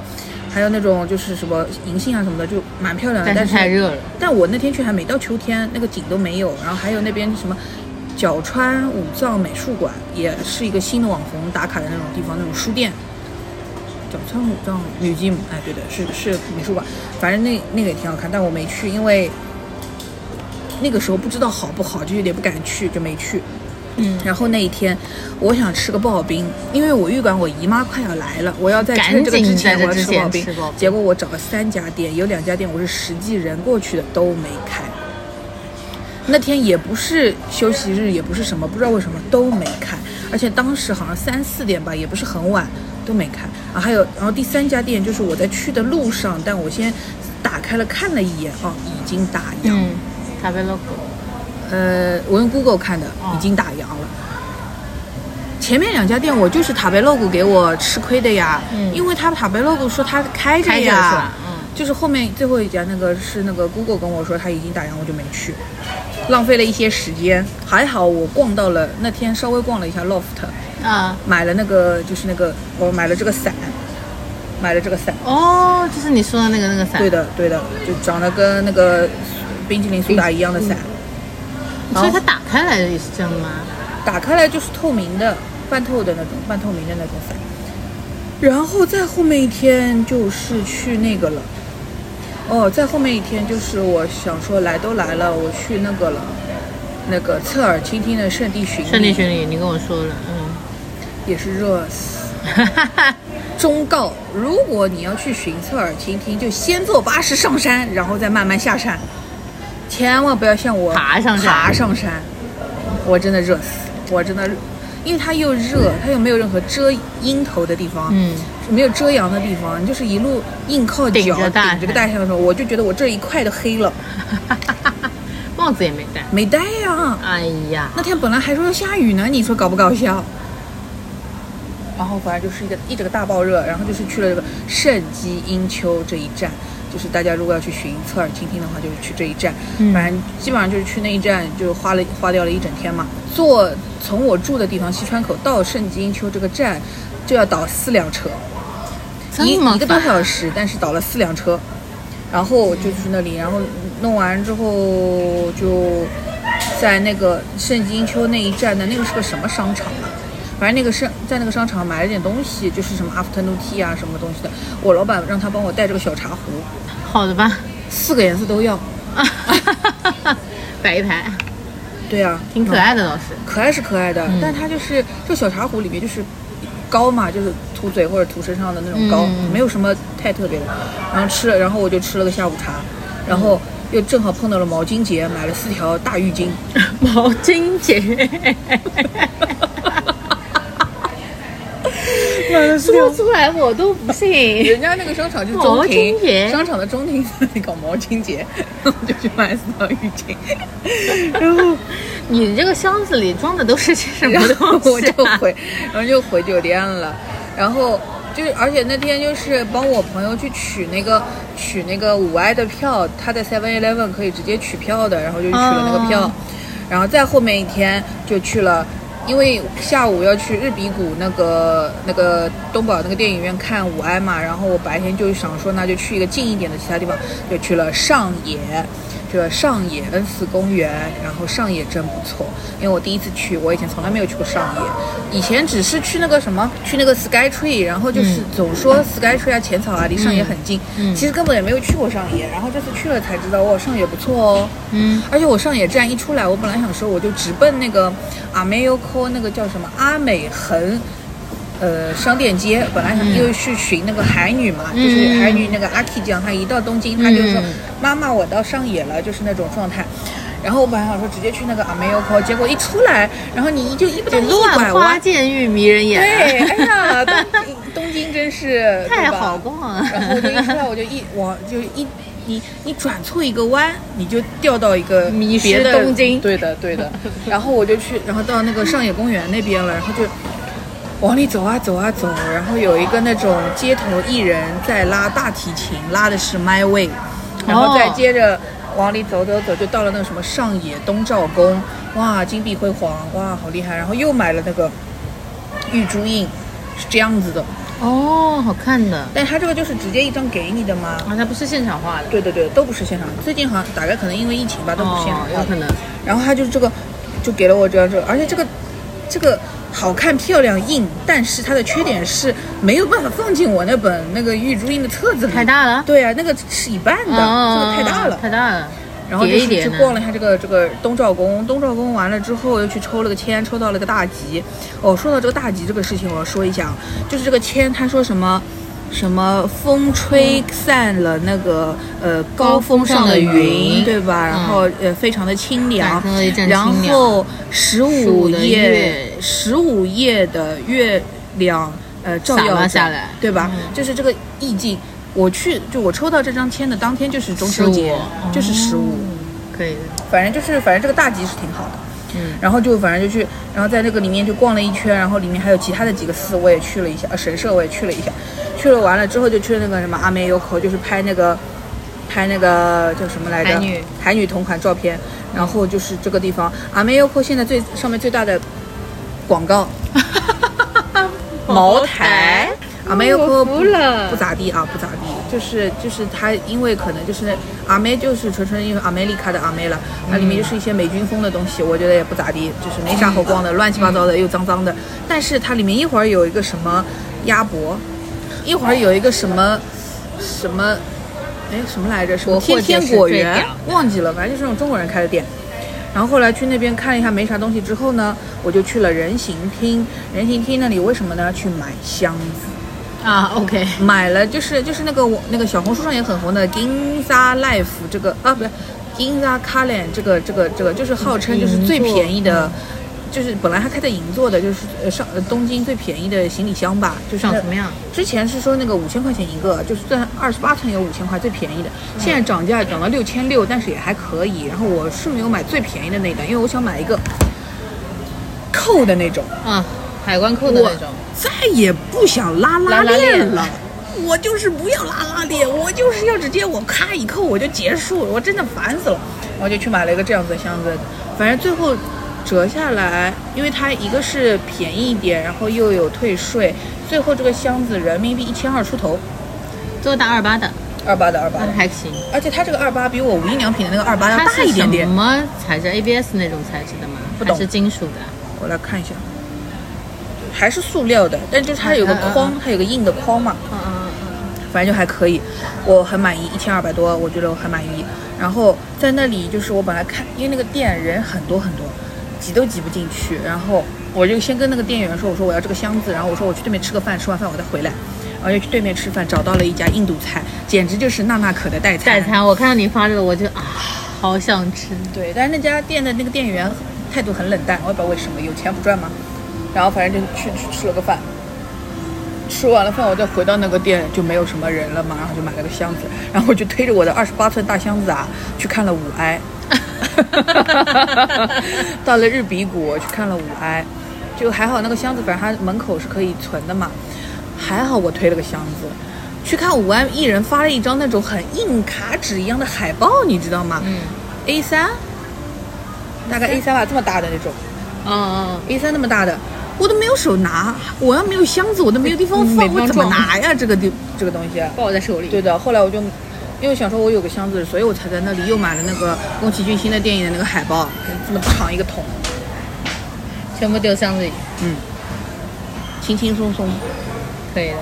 [SPEAKER 5] 还有那种就是什么银杏啊什么的，就蛮漂亮的。
[SPEAKER 4] 但
[SPEAKER 5] 但
[SPEAKER 4] 是太热了，
[SPEAKER 5] 但我那天去还没到秋天，那个景都没有。然后还有那边什么角川武藏美术馆，也是一个新的网红打卡的那种地方，那种书店。角川武藏 museum，哎，对的，是是美术馆，反正那那个也挺好看，但我没去，因为那个时候不知道好不好，就有点不敢去，就没去。嗯，然后那一天，我想吃个刨冰，因为我预感我姨妈快要来了，我要在趁这个之前
[SPEAKER 4] 赶紧
[SPEAKER 5] 我要吃
[SPEAKER 4] 在这之前
[SPEAKER 5] 刨冰
[SPEAKER 4] 吃刨冰。
[SPEAKER 5] 结果我找了三家店，有两家店我是实际人过去的，都没开。那天也不是休息日，也不是什么，不知道为什么都没开，而且当时好像三四点吧，也不是很晚，都没开。啊，还有，然后第三家店就是我在去的路上，但我先打开了看了一眼，哦，已经打烊。
[SPEAKER 4] 嗯，咖啡 loco，
[SPEAKER 5] 呃，我用 Google 看的，
[SPEAKER 4] 哦
[SPEAKER 5] 已经打烊了。前面两家店我就是塔贝洛谷给我吃亏的呀，
[SPEAKER 4] 嗯
[SPEAKER 5] 因为他塔贝洛谷说他开着
[SPEAKER 4] 开着是
[SPEAKER 5] 呀
[SPEAKER 4] 吧，？嗯，
[SPEAKER 5] 就是后面最后一家那个是那个 Google 跟我说他已经打烊，我就没去，浪费了一些时间。还好我逛到了那天稍微逛了一下 Loft，
[SPEAKER 4] 啊，
[SPEAKER 5] 买了那个就是那个我买了这个伞，买了这个伞，
[SPEAKER 4] 哦，就是你说的那个那个伞，
[SPEAKER 5] 对的对的，就长得跟那个冰淇淋苏打一样的伞。
[SPEAKER 4] 所以它打开来也是这样的吗？
[SPEAKER 5] 打开来就是透明的、半透的那种、半透明的那种伞。然后再后面一天就是去那个了，哦，再后面一天就是我想说来都来了，我去那个了，那个侧耳倾听的圣地巡礼，
[SPEAKER 4] 圣地巡礼，你跟我说了，嗯， [laughs]
[SPEAKER 5] 也是热死。忠告：如果你要去寻侧耳倾听，就先坐巴士上山，然后再慢慢下山，千万不要像我
[SPEAKER 4] 爬上山
[SPEAKER 5] 爬上山，我真的热死，我真的，因为它又热，它又没有任何遮阴头的地方，
[SPEAKER 4] 嗯，
[SPEAKER 5] 没有遮阳的地方，你就是一路硬靠脚
[SPEAKER 4] 顶着大
[SPEAKER 5] 顶着个大太阳的时候，我就觉得我这一块都黑
[SPEAKER 4] [laughs]
[SPEAKER 5] 了，
[SPEAKER 4] 帽子也没戴，
[SPEAKER 5] 没带啊呀、
[SPEAKER 4] 哎呀，
[SPEAKER 5] 那天本来还说要下雨呢，你说搞不搞笑？然后反正就是一个一整个大爆热，然后就是去了这个圣基因丘这一站，就是大家如果要去寻侧耳倾听的话，就是去这一站。
[SPEAKER 4] 嗯
[SPEAKER 5] 反正基本上就是去那一站，就花了花掉了一整天嘛。坐从我住的地方西川口到圣基因丘这个站，就要倒四辆车，
[SPEAKER 4] 这
[SPEAKER 5] 一
[SPEAKER 4] 么
[SPEAKER 5] 一个多
[SPEAKER 4] 烦
[SPEAKER 5] 小时，但是倒了四辆车，然后就去那里，然后弄完之后就在那个圣金丘那一站的那个是个什么商场啊？反正那个商在那个商场买了点东西，就是什么 afternoon tea 啊什么东西的。我老板让他帮我带这个小茶壶，
[SPEAKER 4] [laughs] 好的吧？ [laughs]
[SPEAKER 5] 四个颜色都要。
[SPEAKER 4] 摆一排，
[SPEAKER 5] 对啊，
[SPEAKER 4] 挺可爱的倒是。
[SPEAKER 5] 可爱是可爱
[SPEAKER 4] 嗯
[SPEAKER 5] 的，但它就是这小茶壶里面就是膏嘛，就是涂嘴或者涂身上的那种膏，
[SPEAKER 4] 嗯
[SPEAKER 5] 没有什么太特别的。然后吃了，然后我就吃了个下午茶，然后
[SPEAKER 4] 嗯
[SPEAKER 5] 又正好碰到了毛巾节，买了四条大浴
[SPEAKER 4] [laughs]
[SPEAKER 5] 巾，
[SPEAKER 4] 毛巾 [laughs] 姐，说出来我都不信。 [laughs]
[SPEAKER 5] 人家那个商场就是
[SPEAKER 4] 毛
[SPEAKER 5] 中
[SPEAKER 4] 巾
[SPEAKER 5] 庭，
[SPEAKER 4] 节
[SPEAKER 5] 商场的中庭在搞毛巾节， [laughs] 我就去买了四条浴巾， [laughs] 然后
[SPEAKER 4] 你这个箱子里装的都是些什
[SPEAKER 5] 然
[SPEAKER 4] 么
[SPEAKER 5] 后 [laughs]
[SPEAKER 4] 东
[SPEAKER 5] 我
[SPEAKER 4] 西、
[SPEAKER 5] 就
[SPEAKER 4] 啊？
[SPEAKER 5] 回，然后就回酒店了，然后就是，而且那天就是帮我朋友去取那个取那个五爱的票，他在 Seven Eleven 可以直接取票的，然后就去了那个票，
[SPEAKER 4] 哦
[SPEAKER 5] 然后再后面一天就去了。因为下午要去日比谷那个那个东宝那个电影院看五爱嘛，然后我白天就想说那就去一个近一点的其他地方，就去了上野，去了上野恩赐公园，然后上野真不错，因为我第一次去，我以前从来没有去过上野，以前只是去那个什么，去那个 Sky Tree，然后就是
[SPEAKER 4] 嗯
[SPEAKER 5] 总说 Sky Tree 啊、浅草啊离上野很近，其实根本也没有去过上野，然后这次去了才知道，哇，上野不错哦，
[SPEAKER 4] 嗯，
[SPEAKER 5] 而且我上野站一出来，我本来想说我就直奔那个阿美优科那个叫什么阿美横。呃，商店街本来想
[SPEAKER 4] 嗯
[SPEAKER 5] 又去寻那个海女嘛，就是海女那个阿 K 酱，她一到东京，她就说、
[SPEAKER 4] 嗯
[SPEAKER 5] 妈妈我到上野了，就是那种状态。然后我本来想说直接去那个阿美优科，结果一出来，然后你就一不
[SPEAKER 4] 这
[SPEAKER 5] 当一拐
[SPEAKER 4] 乱花
[SPEAKER 5] 弯，
[SPEAKER 4] 渐欲迷人眼，啊
[SPEAKER 5] 对，哎呀，
[SPEAKER 4] [laughs]
[SPEAKER 5] 东京 [laughs] 东京真是
[SPEAKER 4] 太
[SPEAKER 5] 对吧
[SPEAKER 4] 好逛了。
[SPEAKER 5] 然后我就一出来，我就一我就一你你转错一个弯，你就掉到一个
[SPEAKER 4] 迷失
[SPEAKER 5] 别的
[SPEAKER 4] 东京
[SPEAKER 5] 对的对 [laughs] 的。然后我就去，然后到那个上野公园那边了，然后就往里走啊走啊走，然后有一个那种街头艺人在拉大提琴，拉的是《My Way》，然后再接着。往里走走走，就到了那个什么上野东照宫，哇，金碧辉煌，哇，好厉害！然后又买了那个玉珠印，是这样子的，
[SPEAKER 4] [laughs] 哦，好看的，
[SPEAKER 5] 但它这个就是直接一张给你的嘛。
[SPEAKER 4] 啊，它不是现场画的，
[SPEAKER 5] 对对对，都不是现场。最近好像大概可能因为疫情吧，都不是现场
[SPEAKER 4] 哦，有
[SPEAKER 5] 画
[SPEAKER 4] 可
[SPEAKER 5] 的。
[SPEAKER 4] 能。
[SPEAKER 5] 然后他就是这个，就给了我这样这个，而且这个这个好看漂亮硬，但是它的缺点是没有办法放进我那本那个玉珠印的册子里。
[SPEAKER 4] 太大了
[SPEAKER 5] 对啊，那个是一半的，这
[SPEAKER 4] 哦
[SPEAKER 5] 个太大了。
[SPEAKER 4] 太大了。
[SPEAKER 5] 然后就
[SPEAKER 4] 叠
[SPEAKER 5] 是
[SPEAKER 4] 一叠
[SPEAKER 5] 去
[SPEAKER 4] 呢
[SPEAKER 5] 逛了一下这个这个东照宫，东照宫完了之后又去抽了个签，抽到了个大吉。哦，说到这个大吉这个事情，我要说一下，啊，就是这个签，他说什么？什么风吹散了那个呃高峰上的
[SPEAKER 4] 高峰上的云嗯
[SPEAKER 5] 对吧？然后呃非常的清凉
[SPEAKER 4] 感受到一阵，
[SPEAKER 5] 然
[SPEAKER 4] 清凉
[SPEAKER 5] 后十五
[SPEAKER 4] 15的
[SPEAKER 5] 夜
[SPEAKER 4] 月
[SPEAKER 5] 十五夜的月亮呃照
[SPEAKER 4] 洒
[SPEAKER 5] 耀
[SPEAKER 4] 落
[SPEAKER 5] 着
[SPEAKER 4] 下来嗯
[SPEAKER 5] 对吧？就是这个意境。我去就我抽到这张签的当天就是中秋节，
[SPEAKER 4] 15
[SPEAKER 5] 就是十五、
[SPEAKER 4] 可以的，
[SPEAKER 5] 反正就是反正这个大集是挺好的。嗯，然后就反正就去，然后在那个里面就逛了一圈，然后里面还有其他的几个寺我也去了一下，呃，神社我也去了一下，去了完了之后就去了那个什么阿美优口，就是拍那个拍那个叫什么来着？
[SPEAKER 4] 海女
[SPEAKER 5] 海女同款照片。然后就是这个地方，阿美优口现在最上面最大的广 [laughs] 告，茅台。阿梅优科
[SPEAKER 4] 我服了
[SPEAKER 5] 不咋地啊，不咋地，就是就是它，因为可能就是阿梅就是纯纯因为阿梅丽卡的阿梅了，它里面就是一些美军风的东西，我觉得也不咋地，就是没啥好逛的，乱七八糟的又脏脏的。但是它里面一会儿有一个什么鸭脖，一会儿有一个什么什么，哎什么来着？什么
[SPEAKER 4] 国货
[SPEAKER 5] 天天
[SPEAKER 4] 就是
[SPEAKER 5] 果
[SPEAKER 4] 最
[SPEAKER 5] 园
[SPEAKER 4] 屌？
[SPEAKER 5] 忘记了，反正就是那种中国人开的店。然后后来去那边看了一下没啥东西之后呢，我就去了人行厅。人行厅那里为什么呢？去买箱子，
[SPEAKER 4] 啊，OK，
[SPEAKER 5] 买了就是就是那个我那个小红书上也很红的 Ginza Life 这个啊不是 Ginza k a l e n 这个这个这个就是号称就是最便宜的，就是本来还开在银座的，就是呃上呃东京最便宜的行李箱吧，就是
[SPEAKER 4] 长
[SPEAKER 5] 那
[SPEAKER 4] 什么样？
[SPEAKER 5] 之前是说那个五千块钱一个，就是算二十八寸有五千块最便宜的，
[SPEAKER 4] 嗯
[SPEAKER 5] 现在涨价涨到六千六，但是也还可以。然后我是没有买最便宜的那一单，因为我想买一个扣的那种，
[SPEAKER 4] 啊，海关扣的那种。
[SPEAKER 5] 再也不想拉拉
[SPEAKER 4] 拉拉
[SPEAKER 5] 链
[SPEAKER 4] 链
[SPEAKER 5] 了
[SPEAKER 4] 了。
[SPEAKER 5] 我就是不要拉拉链，我就是要直接我咔一扣我就结束了，我真的烦死了。我就去买了一个这样子的箱子，反正最后折下来，因为它一个是便宜一点，然后又有退税，最后这个箱子人民币一千二出头，
[SPEAKER 4] 最后打二八的，
[SPEAKER 5] 二八的二八
[SPEAKER 4] 那
[SPEAKER 5] 的，
[SPEAKER 4] 还行。
[SPEAKER 5] 而且它这个二八比我无印良品的那个二八要
[SPEAKER 4] 它
[SPEAKER 5] 大
[SPEAKER 4] 是
[SPEAKER 5] 一点
[SPEAKER 4] 什
[SPEAKER 5] 点。
[SPEAKER 4] 么材质？ABS 那种材质的吗？
[SPEAKER 5] 不懂
[SPEAKER 4] 还是金属的？
[SPEAKER 5] 我来看一下，还是塑料的，但就是它有个
[SPEAKER 4] 嗯嗯嗯
[SPEAKER 5] 框，它有个硬的框嘛。
[SPEAKER 4] 嗯嗯嗯。
[SPEAKER 5] 反正就还可以，我很满意，一千二百多，我觉得我很满意。然后在那里就是我本来看，因为那个店人很多很多，挤都挤不进去。然后我就先跟那个店员说，我说我要这个箱子，然后我说我去对面吃个饭，吃完饭我再回来。然后就去对面吃饭，找到了一家印度菜，简直就是娜娜可的代餐。
[SPEAKER 4] 代餐，我看到你发这个，我就啊，好想吃。
[SPEAKER 5] 嗯对，但是那家店的那个店员态度很冷淡，我也不知道为什么，有钱不赚嘛。然后反正就去去吃了个饭，吃完了饭我再回到那个店就没有什么人了嘛，然后就买了个箱子，然后我就推着我的二十八寸大箱子啊去看了五 I，到了日比谷去看了五 I，就还好那个箱子反正它门口是可以存的嘛，还好我推了个箱子。去看五 I 一人发了一张那种很硬卡纸一样的海报，你知道吗？
[SPEAKER 4] 嗯，
[SPEAKER 5] A 三，大概 A 三吧，这么大的那种
[SPEAKER 4] 哦哦，
[SPEAKER 5] ，A 三那么大的，我都没有手拿，我要没有箱子，我都没有地方放，
[SPEAKER 4] 美美
[SPEAKER 5] 我
[SPEAKER 4] 邦
[SPEAKER 5] 怎么
[SPEAKER 4] 壮
[SPEAKER 5] 拿呀？这个地这个东西。
[SPEAKER 4] 抱在手里。
[SPEAKER 5] 对的，后来我就因为想说我有个箱子，所以我才在那里又买了那个宫崎骏新的电影的那个海报，这么长一个桶，
[SPEAKER 4] 全部丢箱子里，
[SPEAKER 5] 轻轻松松。
[SPEAKER 4] 嗯可以的。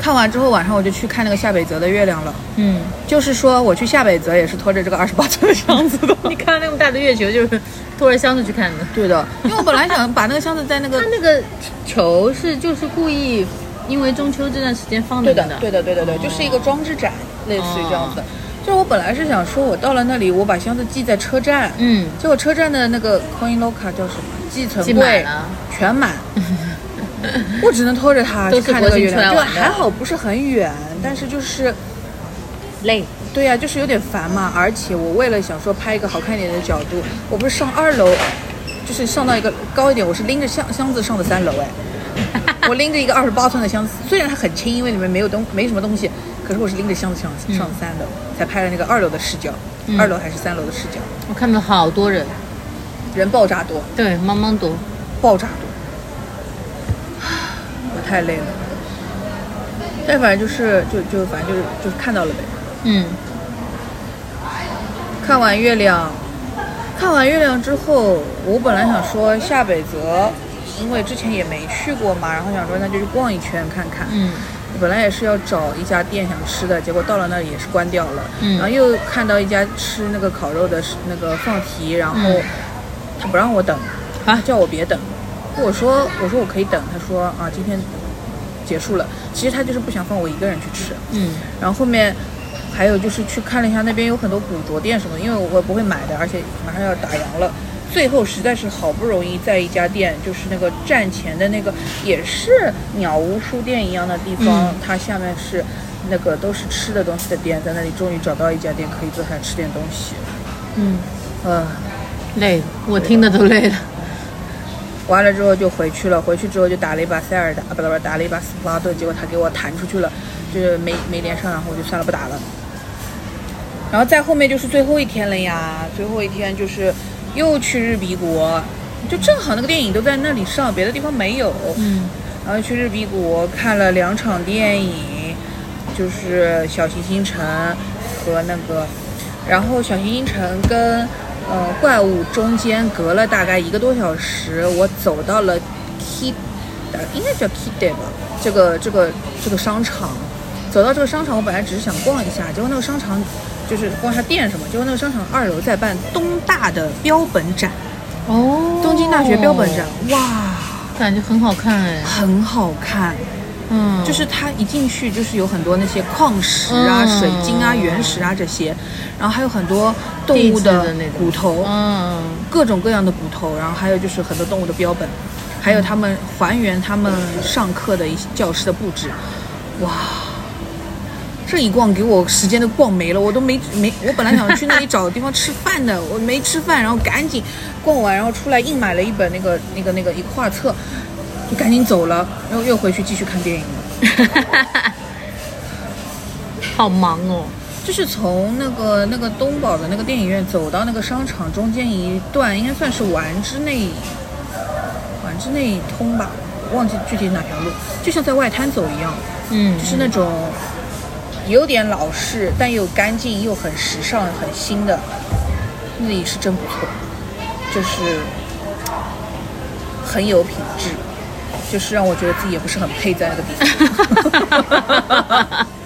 [SPEAKER 5] 看完之后，晚上我就去看那个夏北泽的月亮了。
[SPEAKER 4] 嗯，
[SPEAKER 5] 就是说，我去夏北泽也是拖着这个二十八寸的箱子 [laughs] 的。
[SPEAKER 4] [laughs] 你看那么大的月球，就是拖着箱子去看的。
[SPEAKER 5] 对的，因为我本来想把那个箱子在那个
[SPEAKER 4] 它那个球是就是故意，因为中秋这段时间放
[SPEAKER 5] 对
[SPEAKER 4] 的
[SPEAKER 5] 的，对的，对的，对，就是一个装置展，类似于这样子
[SPEAKER 4] 嗯哦。
[SPEAKER 5] 就是我本来是想说，我到了那里，我把箱子寄在车站，
[SPEAKER 4] 嗯，
[SPEAKER 5] 结果车站的那个 Coin Loca 叫什么寄存
[SPEAKER 4] 寄满
[SPEAKER 5] 柜
[SPEAKER 4] 了
[SPEAKER 5] 全
[SPEAKER 4] [laughs]
[SPEAKER 5] 满，我只能拖着它
[SPEAKER 4] 都
[SPEAKER 5] 去
[SPEAKER 4] 是
[SPEAKER 5] 看那个
[SPEAKER 4] 国庆
[SPEAKER 5] 月亮，
[SPEAKER 4] 出
[SPEAKER 5] 就
[SPEAKER 4] 来玩的
[SPEAKER 5] 还好不是很远，但是就是。
[SPEAKER 4] 累。
[SPEAKER 5] 对呀、就是有点烦嘛。而且我为了想说拍一个好看一点的角度，我不是上二楼，就是上到一个高一点，我是拎着箱箱子上的三楼哎。 [laughs] 我拎着一个二十八寸的箱子，虽然它很轻，因为里面没有东没什么东西，可是我是拎着箱子上上三楼，才拍了那个二楼的视角，二楼还是三楼的视角，
[SPEAKER 4] 我看到好多人，
[SPEAKER 5] 人爆炸多，
[SPEAKER 4] 对，茫茫多。
[SPEAKER 5] 爆炸多， [sighs] 我太累了。但反正就是就就反正就是就是看到了呗。
[SPEAKER 4] 嗯，
[SPEAKER 5] 看完月亮，看完月亮之后，我本来想说下北泽，因为之前也没去过嘛，然后想说那就去逛一圈看看。
[SPEAKER 4] 嗯，
[SPEAKER 5] 本来也是要找一家店想吃的，结果到了那里也是关掉了。
[SPEAKER 4] 嗯
[SPEAKER 5] 然后又看到一家吃那个烤肉的是那个放题，然后
[SPEAKER 4] 嗯
[SPEAKER 5] 他不让我等，
[SPEAKER 4] 啊
[SPEAKER 5] 叫我别等。我说我说我可以等，他说啊今天结束了。其实他就是不想放我一个人去吃。
[SPEAKER 4] 嗯，
[SPEAKER 5] 然后后面还有就是去看了一下那边有很多古着店什么的，因为我不会买的，而且马上要打烊了。最后实在是好不容易在一家店，就是那个站前的那个也是鸟屋书店一样的地方，
[SPEAKER 4] 嗯
[SPEAKER 5] 它下面是那个都是吃的东西的店，在那里终于找到一家店可以坐下来吃点东西。
[SPEAKER 4] 嗯，
[SPEAKER 5] 嗯，
[SPEAKER 4] 累，我听的都累了。
[SPEAKER 5] 完了之后就回去了，回去之后就打了一把塞尔达，啊不不不，打了一把斯普拉顿，结果他给我弹出去了，就是没没连上，然后我就算了不打了。然后再后面就是最后一天了呀，最后一天就是又去日比谷，就正好那个电影都在那里上，别的地方没有。
[SPEAKER 4] 嗯，
[SPEAKER 5] 然后去日比谷看了两场电影，就是《小行星城》和那个，然后《小行星城》跟呃怪物中间隔了大概一个多小时，我走到了 Kid，应该叫 Kid 吧，这个这个这个商场。走到这个商场，我本来只是想逛一下，结果那个商场就是逛一下店什么，结果那个商场二楼在办东大的标本展，
[SPEAKER 4] 哦
[SPEAKER 5] 东京大学标本展，哇，
[SPEAKER 4] 感觉很好看哎。
[SPEAKER 5] 很好看。
[SPEAKER 4] 嗯，
[SPEAKER 5] 就是它一进去就是有很多那些矿石啊、
[SPEAKER 4] 嗯
[SPEAKER 5] 水晶啊、原石啊这些，然后还有很多动物
[SPEAKER 4] 地质的那种
[SPEAKER 5] 骨头，
[SPEAKER 4] 嗯，
[SPEAKER 5] 各种各样的骨头，然后还有就是很多动物的标本，还有他们还原他们上课的一些教室的布置，哇！这一逛给我时间都逛没了，我都没没，我本来想去那里找个地方吃饭的，我没吃饭，然后赶紧逛完，然后出来硬买了一本那个那个那个一个画册，就赶紧走了，然后又回去继续看电影了。
[SPEAKER 4] 好忙哦。
[SPEAKER 5] 就是从那个那个东宝的那个电影院走到那个商场中间一段，应该算是丸之内丸之内通吧，忘记具体哪条路，就像在外滩走一样，
[SPEAKER 4] 嗯
[SPEAKER 5] 就是那种有点老式，但又干净又很时尚、很新的，那里是真不错，就是很有品质，就是让我觉得自己也不是很配在那个地方。 [laughs]